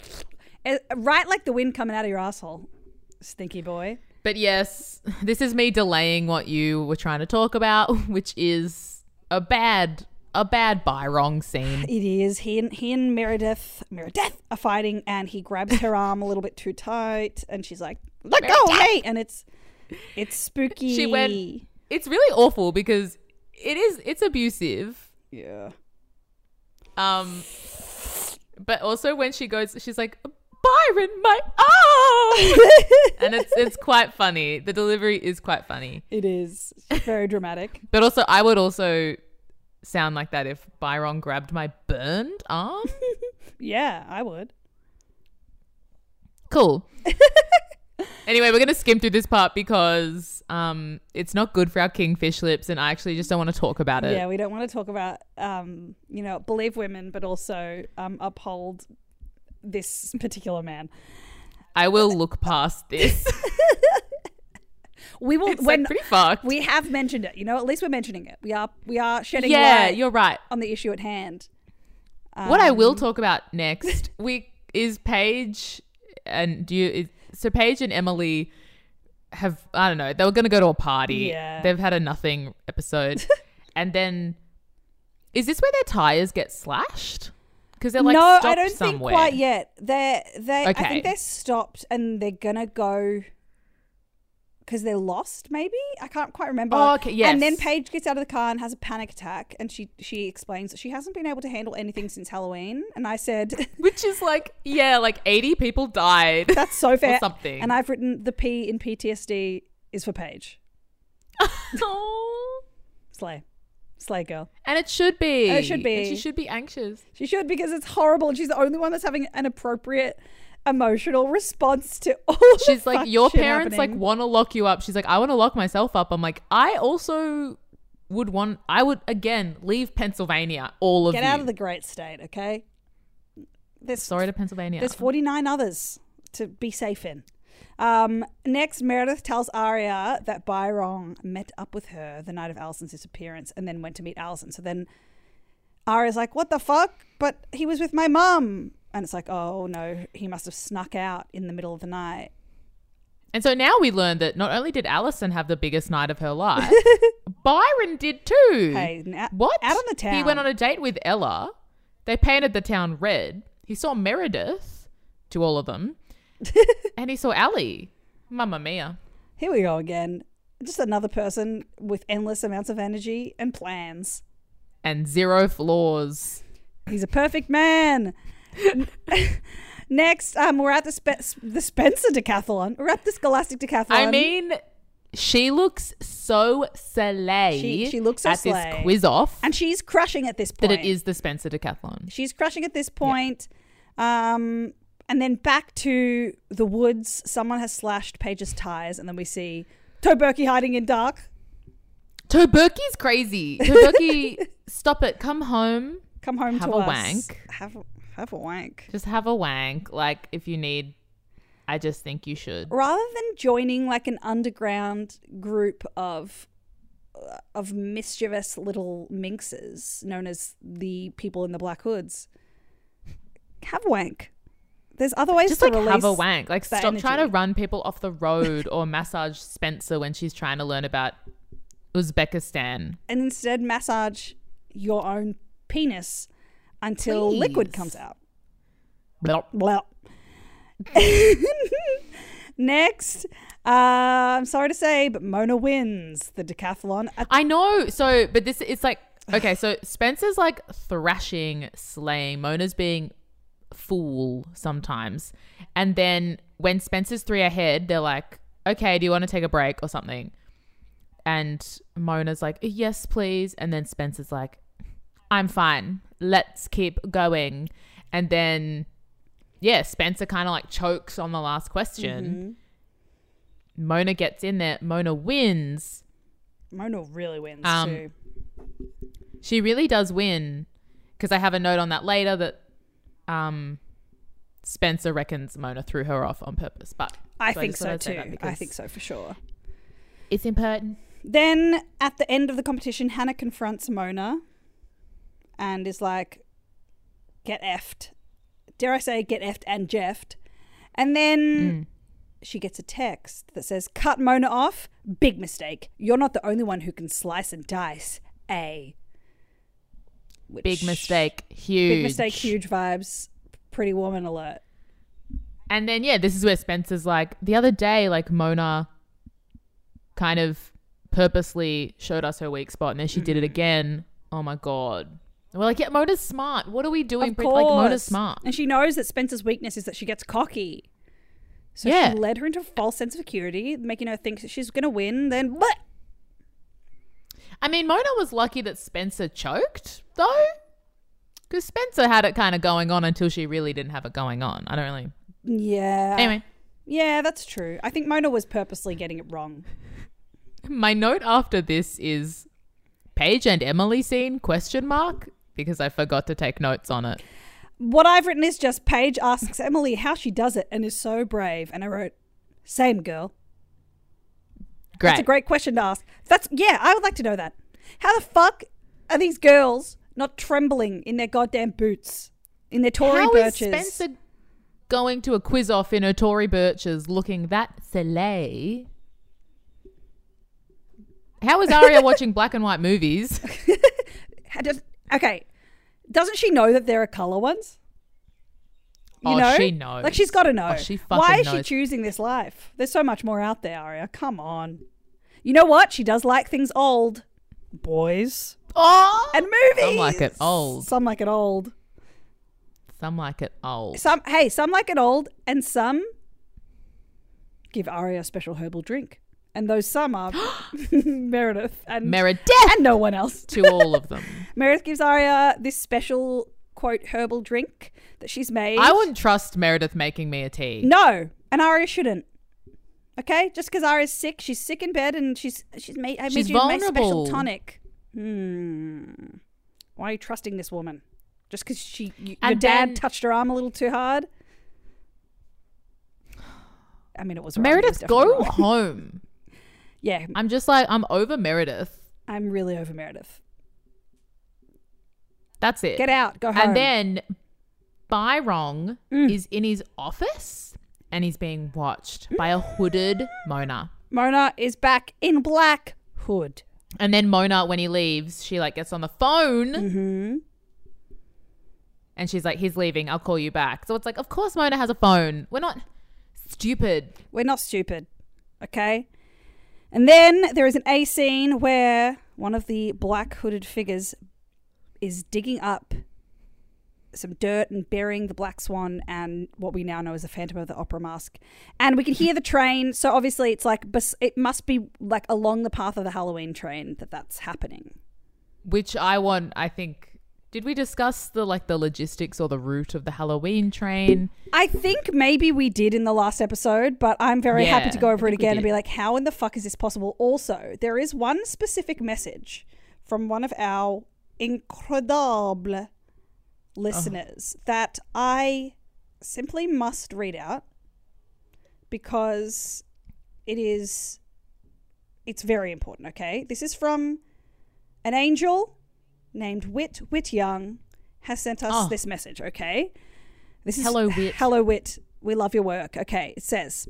[SPEAKER 1] Eh, Right like the wind coming out of your asshole, stinky boy.
[SPEAKER 2] But yes, this is me delaying what you were trying to talk about, which is a bad a bad buy wrong scene.
[SPEAKER 1] It is. He and he and Meredith Meredith are fighting and he grabs her arm a little bit too tight and she's like, Let go, mate and it's it's spooky.
[SPEAKER 2] She went- It's really awful because it is it's abusive.
[SPEAKER 1] Yeah.
[SPEAKER 2] Um but also when she goes she's like Byron my arm and it's it's quite funny. The delivery is quite funny.
[SPEAKER 1] It is. It's very dramatic.
[SPEAKER 2] But also I would also sound like that if Byron grabbed my burned arm.
[SPEAKER 1] Yeah, I would.
[SPEAKER 2] Cool. anyway, we're gonna skim through this part because um, it's not good for our kingfish lips, and I actually just don't want to talk about it.
[SPEAKER 1] yeah, we don't want to talk about um, you know, believe women but also um uphold this particular man.
[SPEAKER 2] I will look past this.
[SPEAKER 1] We will
[SPEAKER 2] it's
[SPEAKER 1] when
[SPEAKER 2] like pretty fucked.
[SPEAKER 1] we have mentioned it, you know, at least we're mentioning it. We are we are shedding
[SPEAKER 2] yeah,
[SPEAKER 1] light
[SPEAKER 2] you're right.
[SPEAKER 1] on the issue at hand.
[SPEAKER 2] what I will
[SPEAKER 1] Um,
[SPEAKER 2] talk about next week is Paige and do you. Is, so Paige and Emily have I don't know. They were going to go to a party.
[SPEAKER 1] Yeah.
[SPEAKER 2] They've had a nothing episode, and then is this where their tires get slashed? Because they're like
[SPEAKER 1] no, I
[SPEAKER 2] stopped
[SPEAKER 1] don't
[SPEAKER 2] somewhere.
[SPEAKER 1] think quite yet. They're they. I
[SPEAKER 2] Okay.
[SPEAKER 1] think they're stopped and they're gonna go because they're lost. Maybe I can't quite remember.
[SPEAKER 2] Oh, okay,
[SPEAKER 1] And then
[SPEAKER 2] yes.
[SPEAKER 1] Paige gets out of the car and has a panic attack, and she she explains that she hasn't been able to handle anything since Halloween. And I said,
[SPEAKER 2] Which is like, yeah, like 80 people died.
[SPEAKER 1] "That's so fair."
[SPEAKER 2] something.
[SPEAKER 1] And I've written the P in PTSD is for Paige.
[SPEAKER 2] Aw.
[SPEAKER 1] Slay, slay girl.
[SPEAKER 2] and it should be.
[SPEAKER 1] It should be.
[SPEAKER 2] And she should be anxious.
[SPEAKER 1] She should because it's horrible, and she's the only one that's having an appropriate emotional response to all. the
[SPEAKER 2] She's like,
[SPEAKER 1] fuck
[SPEAKER 2] your
[SPEAKER 1] shit
[SPEAKER 2] parents
[SPEAKER 1] happening."
[SPEAKER 2] like want to lock you up. She's like, I want to lock myself up. I'm like, I also would want, I would again leave Pennsylvania, all of
[SPEAKER 1] Get
[SPEAKER 2] you.
[SPEAKER 1] out of the great state, okay? There's
[SPEAKER 2] Sorry to Pennsylvania.
[SPEAKER 1] there's 49 others to be safe in. Um, next, Meredith tells Aria that Byron met up with her the night of Alison's disappearance and then went to meet Alison. So then Aria's like, "What the fuck?" But he was with my mum, and it's like, "Oh no, he must have snuck out in the middle of the night."
[SPEAKER 2] and so now we learn that not only did Allison have the biggest night of her life, Byron did too.
[SPEAKER 1] Hey, na-
[SPEAKER 2] What?
[SPEAKER 1] Out on the town.
[SPEAKER 2] He went on a date with Ella. They painted the town red. He saw Meredith to all of them. and he saw Allie. Mamma mia.
[SPEAKER 1] Here we go again. Just another person with endless amounts of energy and plans.
[SPEAKER 2] And zero flaws.
[SPEAKER 1] He's a perfect man. Next, um, we're at the, Spe- the Spencer decathlon. We're at the Scholastic decathlon.
[SPEAKER 2] I mean, she looks so slay.
[SPEAKER 1] She- she looks so
[SPEAKER 2] at
[SPEAKER 1] slay.
[SPEAKER 2] this quiz off
[SPEAKER 1] and she's crushing at this point.
[SPEAKER 2] that it is the Spencer decathlon.
[SPEAKER 1] She's crushing at this point. Um, and then back to the woods. Someone has slashed Paige's tires, and then we see Toberky hiding in dark.
[SPEAKER 2] Toberky's crazy. Toberky, stop it. Come home.
[SPEAKER 1] Come home
[SPEAKER 2] Have
[SPEAKER 1] to
[SPEAKER 2] a
[SPEAKER 1] us.
[SPEAKER 2] wank.
[SPEAKER 1] Have a- have a wank.
[SPEAKER 2] Just have a wank. Like, if you need, I just think you should.
[SPEAKER 1] rather than joining like an underground group of uh, of mischievous little minxes known as the people in the black hoods have wank there's other ways
[SPEAKER 2] just
[SPEAKER 1] to
[SPEAKER 2] like
[SPEAKER 1] release
[SPEAKER 2] have a wank. Like
[SPEAKER 1] that
[SPEAKER 2] stop trying to
[SPEAKER 1] energy.
[SPEAKER 2] run people off the road or massage Spencer when she's trying to learn about Uzbekistan.
[SPEAKER 1] and instead massage your own penis until
[SPEAKER 2] Please.
[SPEAKER 1] liquid comes out
[SPEAKER 2] Blah.
[SPEAKER 1] Blah. next uh, i'm sorry to say but mona wins the decathlon at
[SPEAKER 2] I know. So, but this it's like okay. So Spencer's like thrashing, slaying. Mona's being fool sometimes, and then when Spencer's three ahead, they're like, "Okay, do you want to take a break or something?" And Mona's like, "Yes, please." And then Spencer's like, "I'm fine. Let's keep going." And then, yeah, Spencer kind of like chokes on the last question. Mona gets in there. Mona wins.
[SPEAKER 1] Mhm. mona really wins
[SPEAKER 2] Um,
[SPEAKER 1] too
[SPEAKER 2] She really does win because I have a note on that later that um, Spencer reckons Mona threw her off on purpose. But
[SPEAKER 1] I
[SPEAKER 2] so
[SPEAKER 1] think
[SPEAKER 2] just thought
[SPEAKER 1] so
[SPEAKER 2] I'd say
[SPEAKER 1] too.
[SPEAKER 2] that
[SPEAKER 1] I
[SPEAKER 2] because
[SPEAKER 1] think so for sure.
[SPEAKER 2] It's important.
[SPEAKER 1] Then at the end of the competition, Hannah confronts Mona and is like, get effed. Dare I say, get effed and jeffed. And
[SPEAKER 2] Mm.
[SPEAKER 1] then she gets a text that says, cut Mona off. Big mistake. You're not the only one who can slice and dice. A. Which,
[SPEAKER 2] Big mistake. Huge.
[SPEAKER 1] Big mistake. Huge vibes. Pretty woman alert.
[SPEAKER 2] And then yeah, this is where Spencer's like the other day, like Mona kind of purposely showed us her weak spot and then she did it
[SPEAKER 1] Mm.
[SPEAKER 2] again. Oh my god. And we're like, yeah, Mona's smart. What are we doing?
[SPEAKER 1] Of
[SPEAKER 2] Brit?
[SPEAKER 1] course.
[SPEAKER 2] Like Mona's smart.
[SPEAKER 1] And she knows that Spencer's weakness is that she gets cocky. So
[SPEAKER 2] Yeah.
[SPEAKER 1] she led her into a false sense of security, making her think that she's going to win. Then what?
[SPEAKER 2] I mean, Mona was lucky that Spencer choked, though. Because Spencer had it kind of going on until she really didn't have it going on. I don't really.
[SPEAKER 1] Yeah.
[SPEAKER 2] Anyway,
[SPEAKER 1] Yeah, that's true. I think Mona was purposely getting it wrong.
[SPEAKER 2] my note after this is Paige and Emily scene question mark because I forgot to take notes on it.
[SPEAKER 1] What I've written is just Paige asks Emily how she does it and is so brave. And I wrote, same girl.
[SPEAKER 2] Great.
[SPEAKER 1] That's a great question to ask. That's yeah, I would like to know that. How the fuck are these girls not trembling in their goddamn boots, in their Tory
[SPEAKER 2] How is
[SPEAKER 1] birches?
[SPEAKER 2] Spencer going to a quiz off in her Tory birches looking that soleil? How is Aria watching black and white movies?
[SPEAKER 1] How does, okay, doesn't she know that there are color ones? You
[SPEAKER 2] Oh,
[SPEAKER 1] know,
[SPEAKER 2] she knows.
[SPEAKER 1] Like she's got to know.
[SPEAKER 2] Oh, she fucking
[SPEAKER 1] Why is she
[SPEAKER 2] knows.
[SPEAKER 1] choosing this life? There's so much more out there, Aria. Come on. You know what? She does like things old, boys
[SPEAKER 2] Oh,
[SPEAKER 1] and movies.
[SPEAKER 2] Some like it old.
[SPEAKER 1] Some like it old.
[SPEAKER 2] Some like it old.
[SPEAKER 1] Some hey, some like it old, and some give Aria a special herbal drink, and those some are Meredith and
[SPEAKER 2] Meredith
[SPEAKER 1] and no one else.
[SPEAKER 2] to all of them.
[SPEAKER 1] Meredith gives Aria this special quote herbal drink that she's made.
[SPEAKER 2] I wouldn't trust Meredith making me a tea.
[SPEAKER 1] no, and Aria shouldn't. Okay, just because Aria's sick, she's sick in bed, and she's she's made. I made
[SPEAKER 2] She's
[SPEAKER 1] you my special
[SPEAKER 2] vulnerable.
[SPEAKER 1] tonic. Hmm. Why are you trusting this woman? Just because she, y- your
[SPEAKER 2] And
[SPEAKER 1] dad
[SPEAKER 2] then-
[SPEAKER 1] touched her arm a little too hard. I mean, it was wrong. It was
[SPEAKER 2] Meredith,
[SPEAKER 1] definitely
[SPEAKER 2] go
[SPEAKER 1] wrong.
[SPEAKER 2] home.
[SPEAKER 1] Yeah,
[SPEAKER 2] I'm just like, I'm over Meredith.
[SPEAKER 1] I'm really over Meredith.
[SPEAKER 2] That's it.
[SPEAKER 1] Get out, go home. Mm.
[SPEAKER 2] And then Byrong is in his office and he's being
[SPEAKER 1] Mm.
[SPEAKER 2] watched by a hooded Mona.
[SPEAKER 1] Mona is back in black hood.
[SPEAKER 2] And then Mona, when he leaves, she like gets on the phone
[SPEAKER 1] Mm-hmm.
[SPEAKER 2] and she's like, he's leaving. I'll call you back. So it's like, of course Mona has a phone. We're not stupid.
[SPEAKER 1] We're not stupid, okay? And then there is an A scene where one of the black hooded figures is digging up some dirt and burying the black swan and what we now know as the phantom of the opera mask and we can hear the train so obviously it's like bes- it must be like along the path of the halloween train that that's happening
[SPEAKER 2] Which I want, I think. Did we discuss the like the logistics or the route of the Halloween train?
[SPEAKER 1] I think maybe we did in the last episode, but I'm very
[SPEAKER 2] Yeah,
[SPEAKER 1] happy to go over
[SPEAKER 2] I
[SPEAKER 1] it
[SPEAKER 2] think we
[SPEAKER 1] again and
[SPEAKER 2] did.
[SPEAKER 1] be like, how in the fuck is this possible? Also, there is one specific message from one of our incredible listeners that I simply must read out because it is it's very important, okay? This is from an angel named Wit Wit Young has sent us
[SPEAKER 2] Oh.
[SPEAKER 1] this message, okay? This is
[SPEAKER 2] Hello, Wit.
[SPEAKER 1] Hello Wit. We love your work. Okay, it says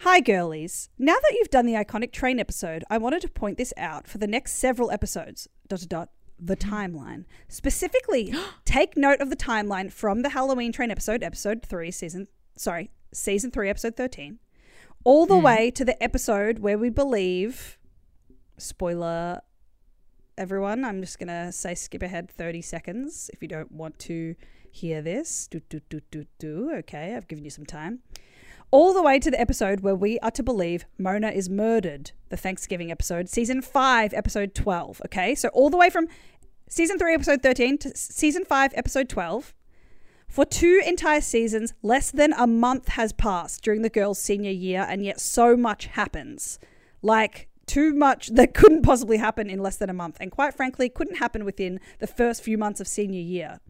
[SPEAKER 1] Hi girlies. Now that you've done the iconic train episode, I wanted to point this out for the next several episodes. Dot dot dot the timeline. Specifically, take note of the timeline from the Halloween train episode, episode three, season sorry, season three, episode thirteen all
[SPEAKER 2] Hmm.
[SPEAKER 1] the way to the episode where we believe spoiler everyone i'm just gonna say skip ahead 30 seconds if you don't want to hear this do do do do do okay i've given you some time all the way to the episode where we are to believe mona is murdered the thanksgiving episode season 5 episode 12 okay so all the way from season 3 episode 13 to s- season 5 episode 12 for two entire seasons, less than a month has passed during the girls' senior year, and yet so much happens. Like, too much that couldn't possibly happen in less than a month, and quite frankly, couldn't happen within the first few months of senior year.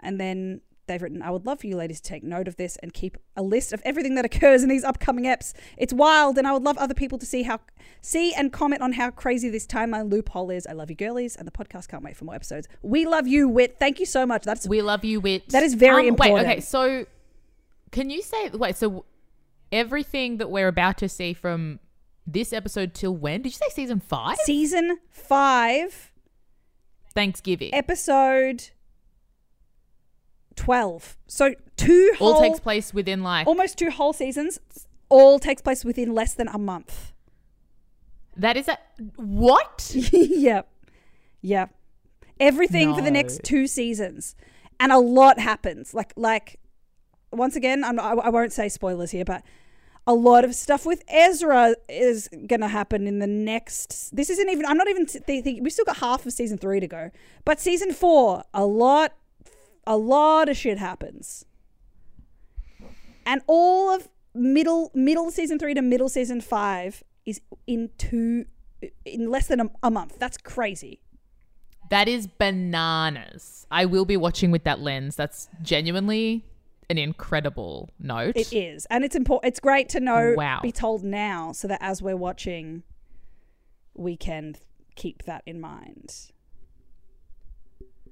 [SPEAKER 1] And then they've written, I would love for you ladies to take note of this and keep a list of everything that occurs in these upcoming eps. It's wild, and I would love other people to see how see and comment on how crazy this timeline loophole is. I love you girlies, and the podcast can't wait for more episodes. We love you, Wit. Thank you so much. That's
[SPEAKER 2] We love you, Wit. Um,
[SPEAKER 1] That is very important.
[SPEAKER 2] Wait, okay, so can you say wait? So everything that we're about to see from this episode till when? Did you say season five?
[SPEAKER 1] season five,
[SPEAKER 2] Thanksgiving.
[SPEAKER 1] Episode 12. So two whole
[SPEAKER 2] All takes place within like
[SPEAKER 1] almost two whole seasons all takes place within less than a month.
[SPEAKER 2] that is a what?
[SPEAKER 1] yep. Yep. Everything for the
[SPEAKER 2] No.
[SPEAKER 1] next two seasons. And a lot happens. Like like once again, I'm, I, I won't say spoilers here, but a lot of stuff with Ezra is going to happen in the next. This isn't even. I'm not even th- thinking. We've still got half of season three to go, but season four, a lot, a lot of shit happens, and all of middle middle season three to middle season five is in two in less than a, a month. That's crazy.
[SPEAKER 2] That is bananas. I will be watching with that lens. That's genuinely an incredible note.
[SPEAKER 1] It is, and it's important. It's great to know,
[SPEAKER 2] Wow.
[SPEAKER 1] be told now, so that as we're watching, we can keep that in mind.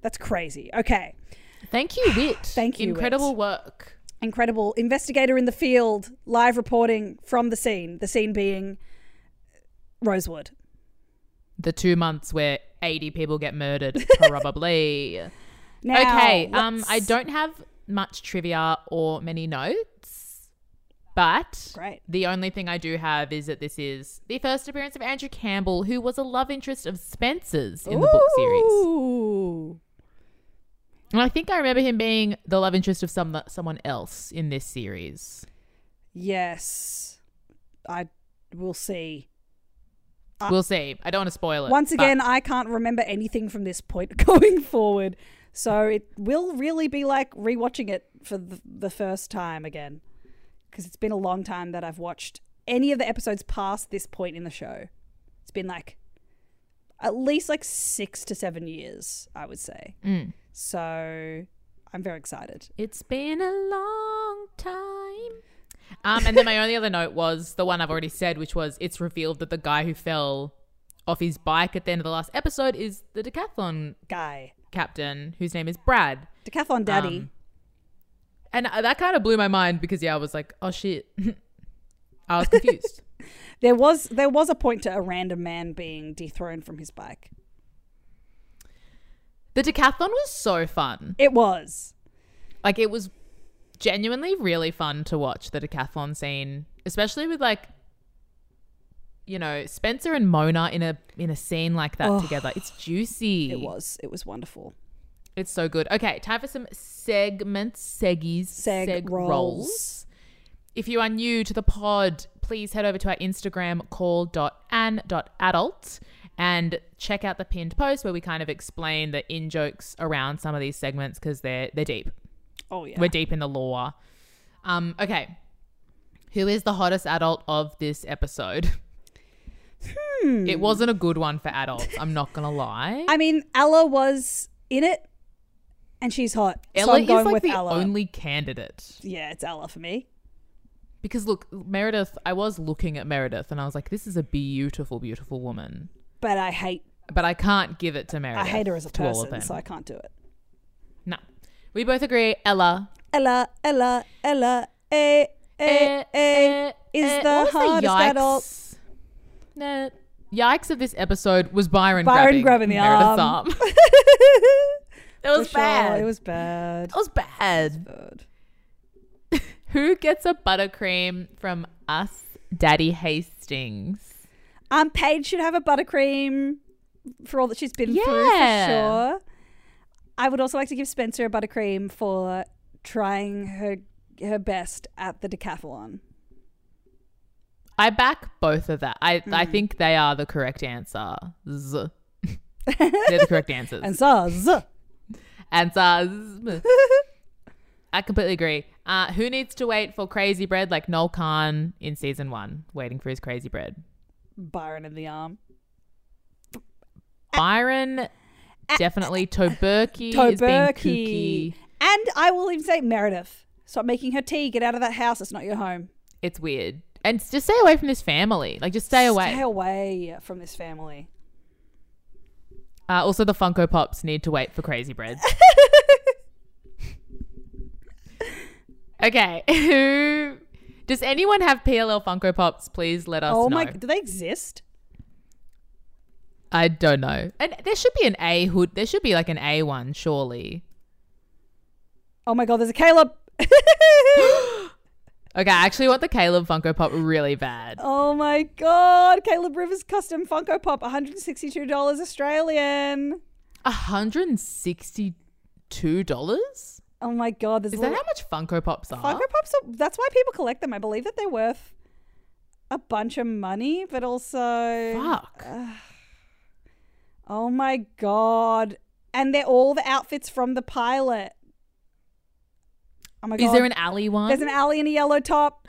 [SPEAKER 1] That's crazy. Okay,
[SPEAKER 2] Thank you, Wit.
[SPEAKER 1] Thank you, Wit.
[SPEAKER 2] Incredible work.
[SPEAKER 1] incredible investigator in the field, live reporting from the scene. The scene being Rosewood.
[SPEAKER 2] The two months where 80 people get murdered, probably.
[SPEAKER 1] Now,
[SPEAKER 2] okay, um,
[SPEAKER 1] let's-
[SPEAKER 2] I don't have much trivia or many notes, but
[SPEAKER 1] Great.
[SPEAKER 2] the only thing I do have is that this is the first appearance of Andrew Campbell, who was a love interest of Spencer's in the book series.
[SPEAKER 1] Ooh.
[SPEAKER 2] And I think I remember him being the love interest of some someone else in this series.
[SPEAKER 1] Yes, I will see. Uh,
[SPEAKER 2] we'll see. I don't want to spoil it.
[SPEAKER 1] Once
[SPEAKER 2] but
[SPEAKER 1] again, I can't remember anything from this point going forward. So it will really be like rewatching it for the, the first time again. Because it's been a long time that I've watched any of the episodes past this point in the show. It's been like at least like six to seven years, I would say.
[SPEAKER 2] Mm.
[SPEAKER 1] So I'm very excited.
[SPEAKER 2] it's been a long time. Um, and then my only other note was the one I've already said, which was it's revealed that the guy who fell off his bike at the end of the last episode is the decathlon
[SPEAKER 1] Guy.
[SPEAKER 2] captain, whose name is Brad.
[SPEAKER 1] Decathlon Daddy.
[SPEAKER 2] Um, and that kind of blew my mind because yeah, I was like, oh shit, I was confused.
[SPEAKER 1] there was there was a point to a random man being dethroned from his bike.
[SPEAKER 2] the decathlon was so fun.
[SPEAKER 1] It was.
[SPEAKER 2] like it was genuinely really fun to watch the decathlon scene especially with like you know spencer and mona in a in a scene like that together it's juicy
[SPEAKER 1] It was. It was wonderful.
[SPEAKER 2] it's so good okay time for some segments seggies
[SPEAKER 1] Seg rolls.
[SPEAKER 2] if you are new to the pod please head over to our instagram call.an.adult and check out the pinned post where we kind of explain the in jokes around some of these segments because they're they're deep
[SPEAKER 1] Oh yeah.
[SPEAKER 2] we're deep in the lore. Um, okay. Who is the hottest adult of this episode? It wasn't a good one for adults, I'm not gonna lie.
[SPEAKER 1] Hmm. I mean, Ella was in it, and she's hot. so
[SPEAKER 2] Ella
[SPEAKER 1] I'm
[SPEAKER 2] is
[SPEAKER 1] going
[SPEAKER 2] like
[SPEAKER 1] with
[SPEAKER 2] the
[SPEAKER 1] Ella.
[SPEAKER 2] only candidate.
[SPEAKER 1] yeah, it's Ella for me.
[SPEAKER 2] Because look, Meredith, I was looking at Meredith and I was like, this is a beautiful, beautiful woman.
[SPEAKER 1] But I hate,
[SPEAKER 2] But I can't give it to Meredith.
[SPEAKER 1] I hate her as a
[SPEAKER 2] to all of
[SPEAKER 1] person,
[SPEAKER 2] them.
[SPEAKER 1] so I can't do it.
[SPEAKER 2] No. We both agree, Ella.
[SPEAKER 1] Ella, Ella, Ella, eh, eh, eh. is the
[SPEAKER 2] what was
[SPEAKER 1] hardest
[SPEAKER 2] yikes?
[SPEAKER 1] adult-
[SPEAKER 2] No. Yikes of this episode was Byron,
[SPEAKER 1] Byron grabbing
[SPEAKER 2] grabbing,
[SPEAKER 1] the
[SPEAKER 2] Meredith's
[SPEAKER 1] arm.
[SPEAKER 2] arm. It
[SPEAKER 1] For
[SPEAKER 2] was
[SPEAKER 1] sure,
[SPEAKER 2] bad.
[SPEAKER 1] It was bad.
[SPEAKER 2] It was bad.
[SPEAKER 1] Good.
[SPEAKER 2] Who gets a buttercream from us, Daddy Hastings?
[SPEAKER 1] Um, Paige should have a buttercream for all that she's been through for
[SPEAKER 2] Yeah.
[SPEAKER 1] sure. I would also like to give Spencer a buttercream for trying her her best at the decathlon.
[SPEAKER 2] I back both of that. I I
[SPEAKER 1] Hmm.
[SPEAKER 2] think they are the correct answers. They're the correct answers.
[SPEAKER 1] And Zaz.
[SPEAKER 2] answers. I completely agree. Uh, who needs to wait for crazy bread like Noel Khan in season one, waiting for his crazy bread?
[SPEAKER 1] Byron in the arm.
[SPEAKER 2] Byron, definitely. Toberky, is being
[SPEAKER 1] Toberky.
[SPEAKER 2] kooky.
[SPEAKER 1] And I will even say Meredith. Stop making her tea. Get out of that house. It's not your home.
[SPEAKER 2] It's weird. And just stay away from this family. Like, just stay away.
[SPEAKER 1] Stay away from this family.
[SPEAKER 2] Uh, also, the Funko Pops need to wait for Crazy Bread. okay, who does anyone have PLL Funko Pops? Please let us
[SPEAKER 1] oh
[SPEAKER 2] know.
[SPEAKER 1] my. Do they exist?
[SPEAKER 2] I don't know. And there should be an A hood. There should be like an A one, surely.
[SPEAKER 1] Oh my god, there's a Caleb.
[SPEAKER 2] Okay, I actually want the Caleb Funko Pop really bad.
[SPEAKER 1] oh my god, Caleb Rivers custom Funko Pop, $162 Australian.
[SPEAKER 2] hundred and sixty-two dollars.
[SPEAKER 1] Oh my god, there's
[SPEAKER 2] Is
[SPEAKER 1] a
[SPEAKER 2] that
[SPEAKER 1] little-
[SPEAKER 2] how much Funko Pops are?
[SPEAKER 1] Funko Pops. Are, that's why people collect them. I believe that they're worth a bunch of money, but also
[SPEAKER 2] Fuck.
[SPEAKER 1] oh my god, and they're all the outfits from the pilot. Oh my god,
[SPEAKER 2] Is there an alley one?
[SPEAKER 1] There's an alley in a yellow top.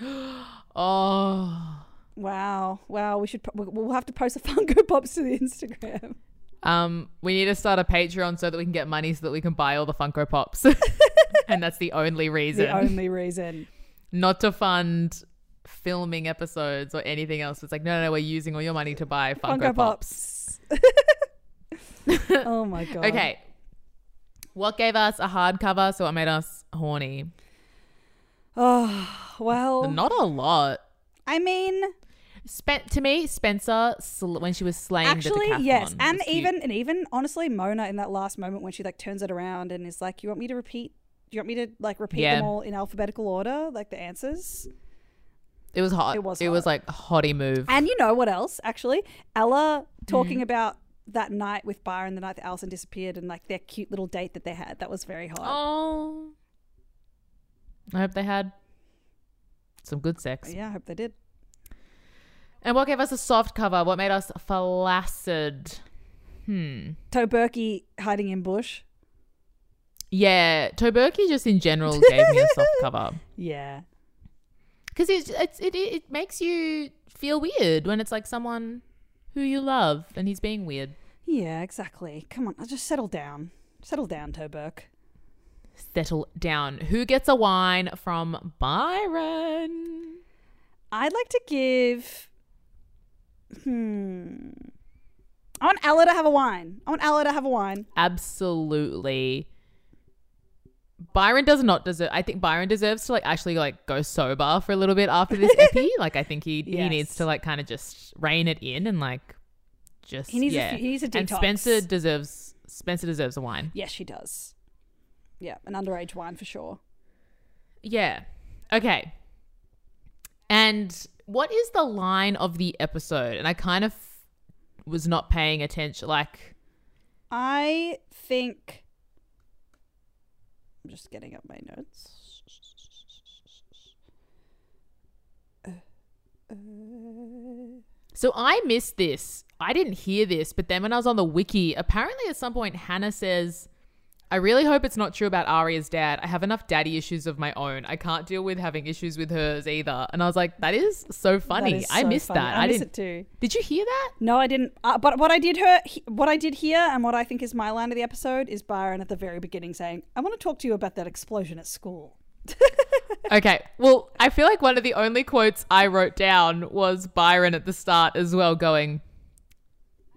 [SPEAKER 2] oh.
[SPEAKER 1] Wow, wow. We should. pro- we- We'll have to post the Funko Pops to the Instagram.
[SPEAKER 2] Um, we need to start a Patreon so that we can get money so that we can buy all the Funko Pops. and that's the only reason.
[SPEAKER 1] The only reason.
[SPEAKER 2] Not to fund filming episodes or anything else. It's like, no, no, no, we're using all your money to buy Funko, Pops.
[SPEAKER 1] oh my god.
[SPEAKER 2] Okay. What gave us a hardcover? So what made us horny?
[SPEAKER 1] Oh well.
[SPEAKER 2] Not a lot.
[SPEAKER 1] I mean,
[SPEAKER 2] Spent to me, Spencer sl- when she was slaying
[SPEAKER 1] actually,
[SPEAKER 2] the decathlon.
[SPEAKER 1] yes, and
[SPEAKER 2] was cute.
[SPEAKER 1] even and even honestly, Mona in that last moment when she like turns it around and is like, "You want me to repeat? Do you want me to like repeat
[SPEAKER 2] Yeah.
[SPEAKER 1] them all in alphabetical order, like the answers?"
[SPEAKER 2] it was hot.
[SPEAKER 1] It was
[SPEAKER 2] It was
[SPEAKER 1] hot.
[SPEAKER 2] like a hottie move.
[SPEAKER 1] And you know what else? Actually, Ella talking
[SPEAKER 2] Mm-hmm.
[SPEAKER 1] about that night with Byron, the night that Alison disappeared, and like their cute little date that they had. That was very hot.
[SPEAKER 2] Oh. I hope they had some good sex.
[SPEAKER 1] Oh, Yeah, I hope they did.
[SPEAKER 2] And what gave us a soft cover? What made us flaccid? Hmm.
[SPEAKER 1] Toberky hiding in bush.
[SPEAKER 2] Yeah, Toberki just in general gave me a soft cover
[SPEAKER 1] Yeah.
[SPEAKER 2] because it's, it's it it makes you feel weird when it's like someone who you love and he's being weird.
[SPEAKER 1] Yeah, exactly. Come on, I'll just settle down. Settle down, Toberk.
[SPEAKER 2] Settle down. Who gets a wine from Byron?
[SPEAKER 1] I'd like to give. Hmm. I want Ella to have a wine. I want Ella to have a wine.
[SPEAKER 2] absolutely Byron does not deserve I think Byron deserves to like actually like go sober for a little bit after this epi. like I think he he
[SPEAKER 1] Yes.
[SPEAKER 2] needs to like kind of just rein it in and like just
[SPEAKER 1] He needs a
[SPEAKER 2] yeah.
[SPEAKER 1] few- he needs a
[SPEAKER 2] And
[SPEAKER 1] detox.
[SPEAKER 2] Spencer deserves Spencer deserves a wine.
[SPEAKER 1] Yes, she does. Yeah, an underage wine for sure.
[SPEAKER 2] Yeah. Okay. And what is the line of the episode? And I kind of was not paying attention like
[SPEAKER 1] I think. I'm just getting up my notes. Uh,
[SPEAKER 2] So I missed this. I didn't hear this, but then when I was on the wiki, apparently at some point Hannah says, I really hope it's not true about Aria's dad. I have enough daddy issues of my own. I can't deal with having issues with hers either. And I was like, that is so funny.
[SPEAKER 1] That is
[SPEAKER 2] I
[SPEAKER 1] so
[SPEAKER 2] missed
[SPEAKER 1] funny.
[SPEAKER 2] that.
[SPEAKER 1] I,
[SPEAKER 2] I,
[SPEAKER 1] miss
[SPEAKER 2] didn't.
[SPEAKER 1] it too.
[SPEAKER 2] Did you hear that?
[SPEAKER 1] No, I didn't. Uh, but what I did her, he- what I did here, and what I think is my line of the episode is Byron at the very beginning saying, "I want to talk to you about that explosion at school."
[SPEAKER 2] Okay. Well, I feel like one of the only quotes I wrote down was Byron at the start as well, going,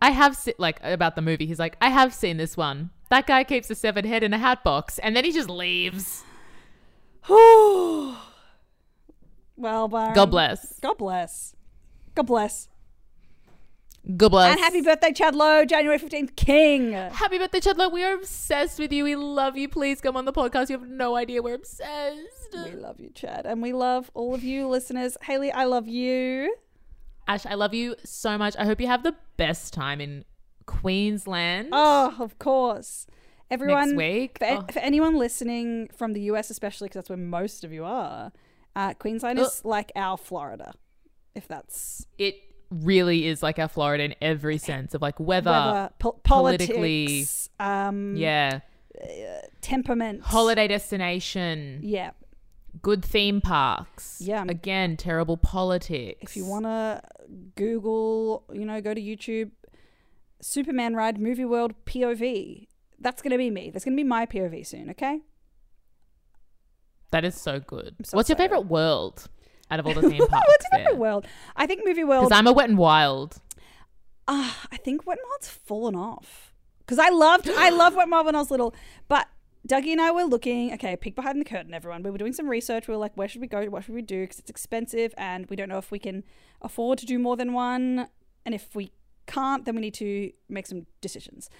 [SPEAKER 2] I have, se-, like, about the movie. He's like, I have seen this one. That guy keeps a severed head in a hat box. And then he just leaves.
[SPEAKER 1] well, Byron.
[SPEAKER 2] God bless.
[SPEAKER 1] God bless. God bless.
[SPEAKER 2] God bless.
[SPEAKER 1] And happy birthday, Chad Lowe, January 15th, King.
[SPEAKER 2] Happy birthday, Chadlow. We are obsessed with you. We love you. Please come on the podcast. You have no idea. We're obsessed.
[SPEAKER 1] We love you, Chad. And we love all of you listeners. Haley, I love you.
[SPEAKER 2] Ash, I love you so much. I hope you have the best time in Queensland.
[SPEAKER 1] Oh, of course. Everyone,
[SPEAKER 2] week.
[SPEAKER 1] For, an-
[SPEAKER 2] Oh.
[SPEAKER 1] for anyone listening from the US, especially because that's where most of you are, uh, Queensland is like our Florida, if that's
[SPEAKER 2] It really is like our Florida in every sense of like weather.
[SPEAKER 1] weather, po-
[SPEAKER 2] politically-
[SPEAKER 1] politics, um,
[SPEAKER 2] Yeah.
[SPEAKER 1] temperament,
[SPEAKER 2] Holiday destination.
[SPEAKER 1] Yeah,
[SPEAKER 2] Good theme parks.
[SPEAKER 1] Yeah.
[SPEAKER 2] Again, terrible politics.
[SPEAKER 1] if you want to google you know go to youtube superman ride movie world pov that's going to be me that's going to be my pov soon okay
[SPEAKER 2] That is so good.
[SPEAKER 1] so
[SPEAKER 2] What's your
[SPEAKER 1] excited.
[SPEAKER 2] favorite world out of all the theme parks?
[SPEAKER 1] what's
[SPEAKER 2] there?
[SPEAKER 1] movie world i think movie world
[SPEAKER 2] Because I'm a wet and wild.
[SPEAKER 1] Ah, i think wet n wild's fallen off because i loved i loved wet n wild when i was little but Dougie and I were looking, okay, peek behind the curtain, everyone. We were doing some research. We were like, where should we go? What should we do? Because it's expensive and we don't know if we can afford to do more than one. And if we can't, then we need to make some decisions.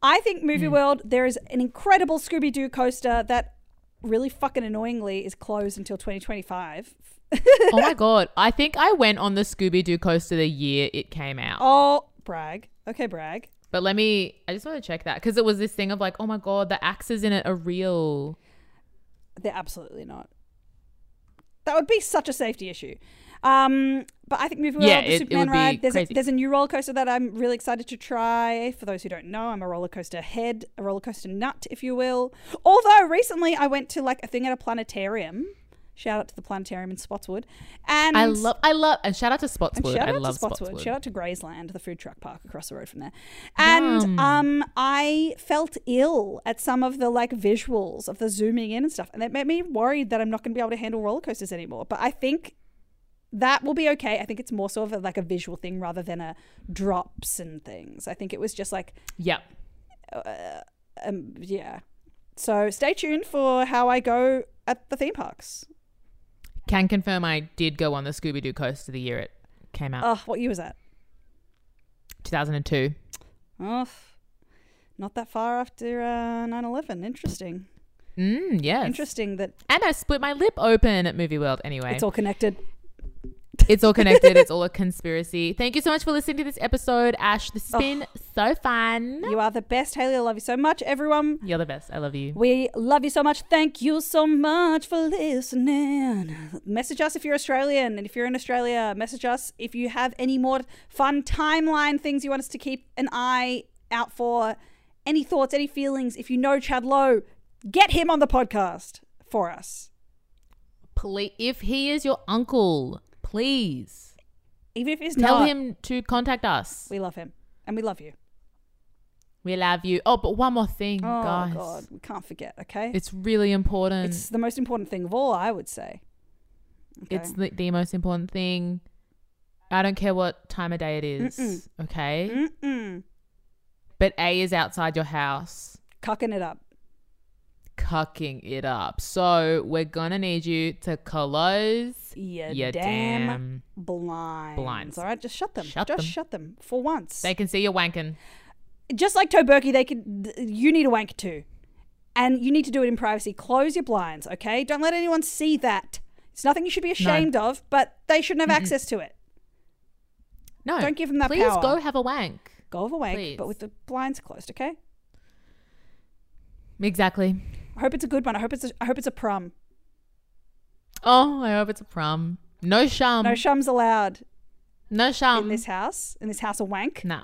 [SPEAKER 1] I think Movie World, there is an incredible Scooby Doo coaster that really fucking annoyingly is closed until 2025.
[SPEAKER 2] oh my god! I think I went on the Scooby Doo coaster the year it came out.
[SPEAKER 1] Oh, brag. Okay, brag.
[SPEAKER 2] But let me. I just want to check that because it was this thing of like, oh my god, the axes in it are real.
[SPEAKER 1] They're absolutely not. That would be such a safety issue. Um, but I think Movie World,
[SPEAKER 2] Yeah,
[SPEAKER 1] the
[SPEAKER 2] it- it
[SPEAKER 1] Superman
[SPEAKER 2] would be
[SPEAKER 1] ride, there's a,
[SPEAKER 2] crazy.
[SPEAKER 1] there's a new roller coaster that I'm really excited to try. For those who don't know, I'm a roller coaster head, a roller coaster nut, if you will. Although recently I went to like a thing at a planetarium. Shout out to the planetarium in Spotswood. And
[SPEAKER 2] I love. I love. And shout out to Spotswood.
[SPEAKER 1] Shout
[SPEAKER 2] I
[SPEAKER 1] out
[SPEAKER 2] love
[SPEAKER 1] to Spotswood.
[SPEAKER 2] Spotswood.
[SPEAKER 1] Shout out to Graysland, the food truck park across the road from there. And um, I felt ill at some of the like visuals of the zooming in and stuff, and that made me worried that I'm not going to be able to handle roller coasters anymore. But I think that will be okay. I think it's more so of a, like a visual thing rather than a drops and things. I think it was just like
[SPEAKER 2] Yep.
[SPEAKER 1] um, yeah. So stay tuned for how I go at the theme parks.
[SPEAKER 2] Can confirm I did go on the Scooby Doo coaster the year it came out,
[SPEAKER 1] Oh, what year was that?
[SPEAKER 2] 2002.
[SPEAKER 1] Oh, f- not that far after uh, 9-11. Interesting.
[SPEAKER 2] Mm, yes.
[SPEAKER 1] Interesting that
[SPEAKER 2] And I split my lip open at Movie World anyway.
[SPEAKER 1] it's all connected.
[SPEAKER 2] It's all connected. it's all a conspiracy. Thank you so much for listening to this episode, Ash. This
[SPEAKER 1] Oh.
[SPEAKER 2] has been so fun.
[SPEAKER 1] You are the best, Haley. I love you so much, everyone.
[SPEAKER 2] You're the best. I love you.
[SPEAKER 1] We love you so much. Thank you so much for listening. Message us if you're Australian. And if you're in Australia, message us if you have any more fun timeline things you want us to keep an eye out for. Any thoughts, any feelings. If you know Chad Lowe, get him on the podcast for us.
[SPEAKER 2] Please, if he is your uncle, please
[SPEAKER 1] Even if it's
[SPEAKER 2] tell
[SPEAKER 1] not,
[SPEAKER 2] him to contact us.
[SPEAKER 1] we love him. And we love you.
[SPEAKER 2] We love you. Oh, but one more thing,
[SPEAKER 1] Oh,
[SPEAKER 2] guys.
[SPEAKER 1] God. We can't forget, okay?
[SPEAKER 2] It's really important.
[SPEAKER 1] It's the most important thing of all, I would say. Okay.
[SPEAKER 2] Um, It's the, the most important thing. I don't care what time of day it is, okay?
[SPEAKER 1] Mm-mm.
[SPEAKER 2] But A is outside your house,
[SPEAKER 1] Cucking it up.
[SPEAKER 2] cucking it up. So we're gonna need you to close
[SPEAKER 1] Yeah,
[SPEAKER 2] your
[SPEAKER 1] damn,
[SPEAKER 2] damn
[SPEAKER 1] blinds.
[SPEAKER 2] blinds.
[SPEAKER 1] All right, just shut them.
[SPEAKER 2] Shut
[SPEAKER 1] just
[SPEAKER 2] them.
[SPEAKER 1] shut them for once.
[SPEAKER 2] They can see you wanking.
[SPEAKER 1] just like Toberky, they could. th- You need a wank too, and you need to do it in privacy. Close your blinds, okay? Don't let anyone see that. It's nothing you should be ashamed of, but they shouldn't have access to it.
[SPEAKER 2] No.
[SPEAKER 1] Don't give them that
[SPEAKER 2] please
[SPEAKER 1] power.
[SPEAKER 2] go have a wank.
[SPEAKER 1] Go have a wank, but
[SPEAKER 2] Please.
[SPEAKER 1] with the blinds closed, okay?
[SPEAKER 2] Exactly.
[SPEAKER 1] I hope it's a good one. I hope it's. A, I hope it's a prom.
[SPEAKER 2] Oh, I hope it's a prom. No shum.
[SPEAKER 1] no
[SPEAKER 2] No,
[SPEAKER 1] shums allowed
[SPEAKER 2] shum.
[SPEAKER 1] in this house. In this house, a wank.
[SPEAKER 2] nah.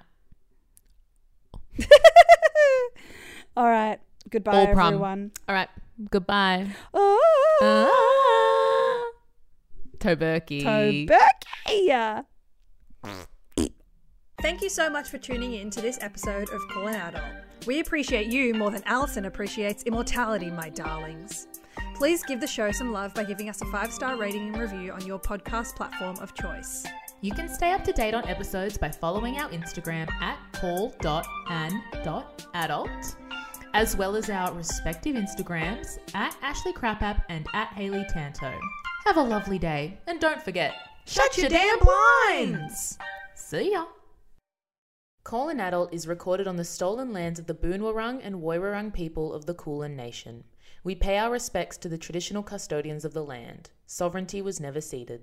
[SPEAKER 1] All right. Goodbye,
[SPEAKER 2] All prom.
[SPEAKER 1] everyone.
[SPEAKER 2] All right. Goodbye.
[SPEAKER 1] Oh,
[SPEAKER 2] Ah. Toberky.
[SPEAKER 1] Toberky.
[SPEAKER 3] Thank you so much for tuning in to this episode of Call an Adult. We appreciate you more than Allison appreciates immortality, my darlings. Please give the show some love by giving us a five star rating and review on your podcast platform of choice.
[SPEAKER 2] You can stay up to date on episodes by following our Instagram at call.an.adult, as well as our respective Instagrams at Ashley Crapapp and at Haley Tanto. Have a lovely day, and don't forget, shut your damn blinds! See ya! Call an Adult is recorded on the stolen lands of the Boonwurrung and Woiwurrung people of the Kulin Nation. We pay our respects to the traditional custodians of the land. Sovereignty was never ceded.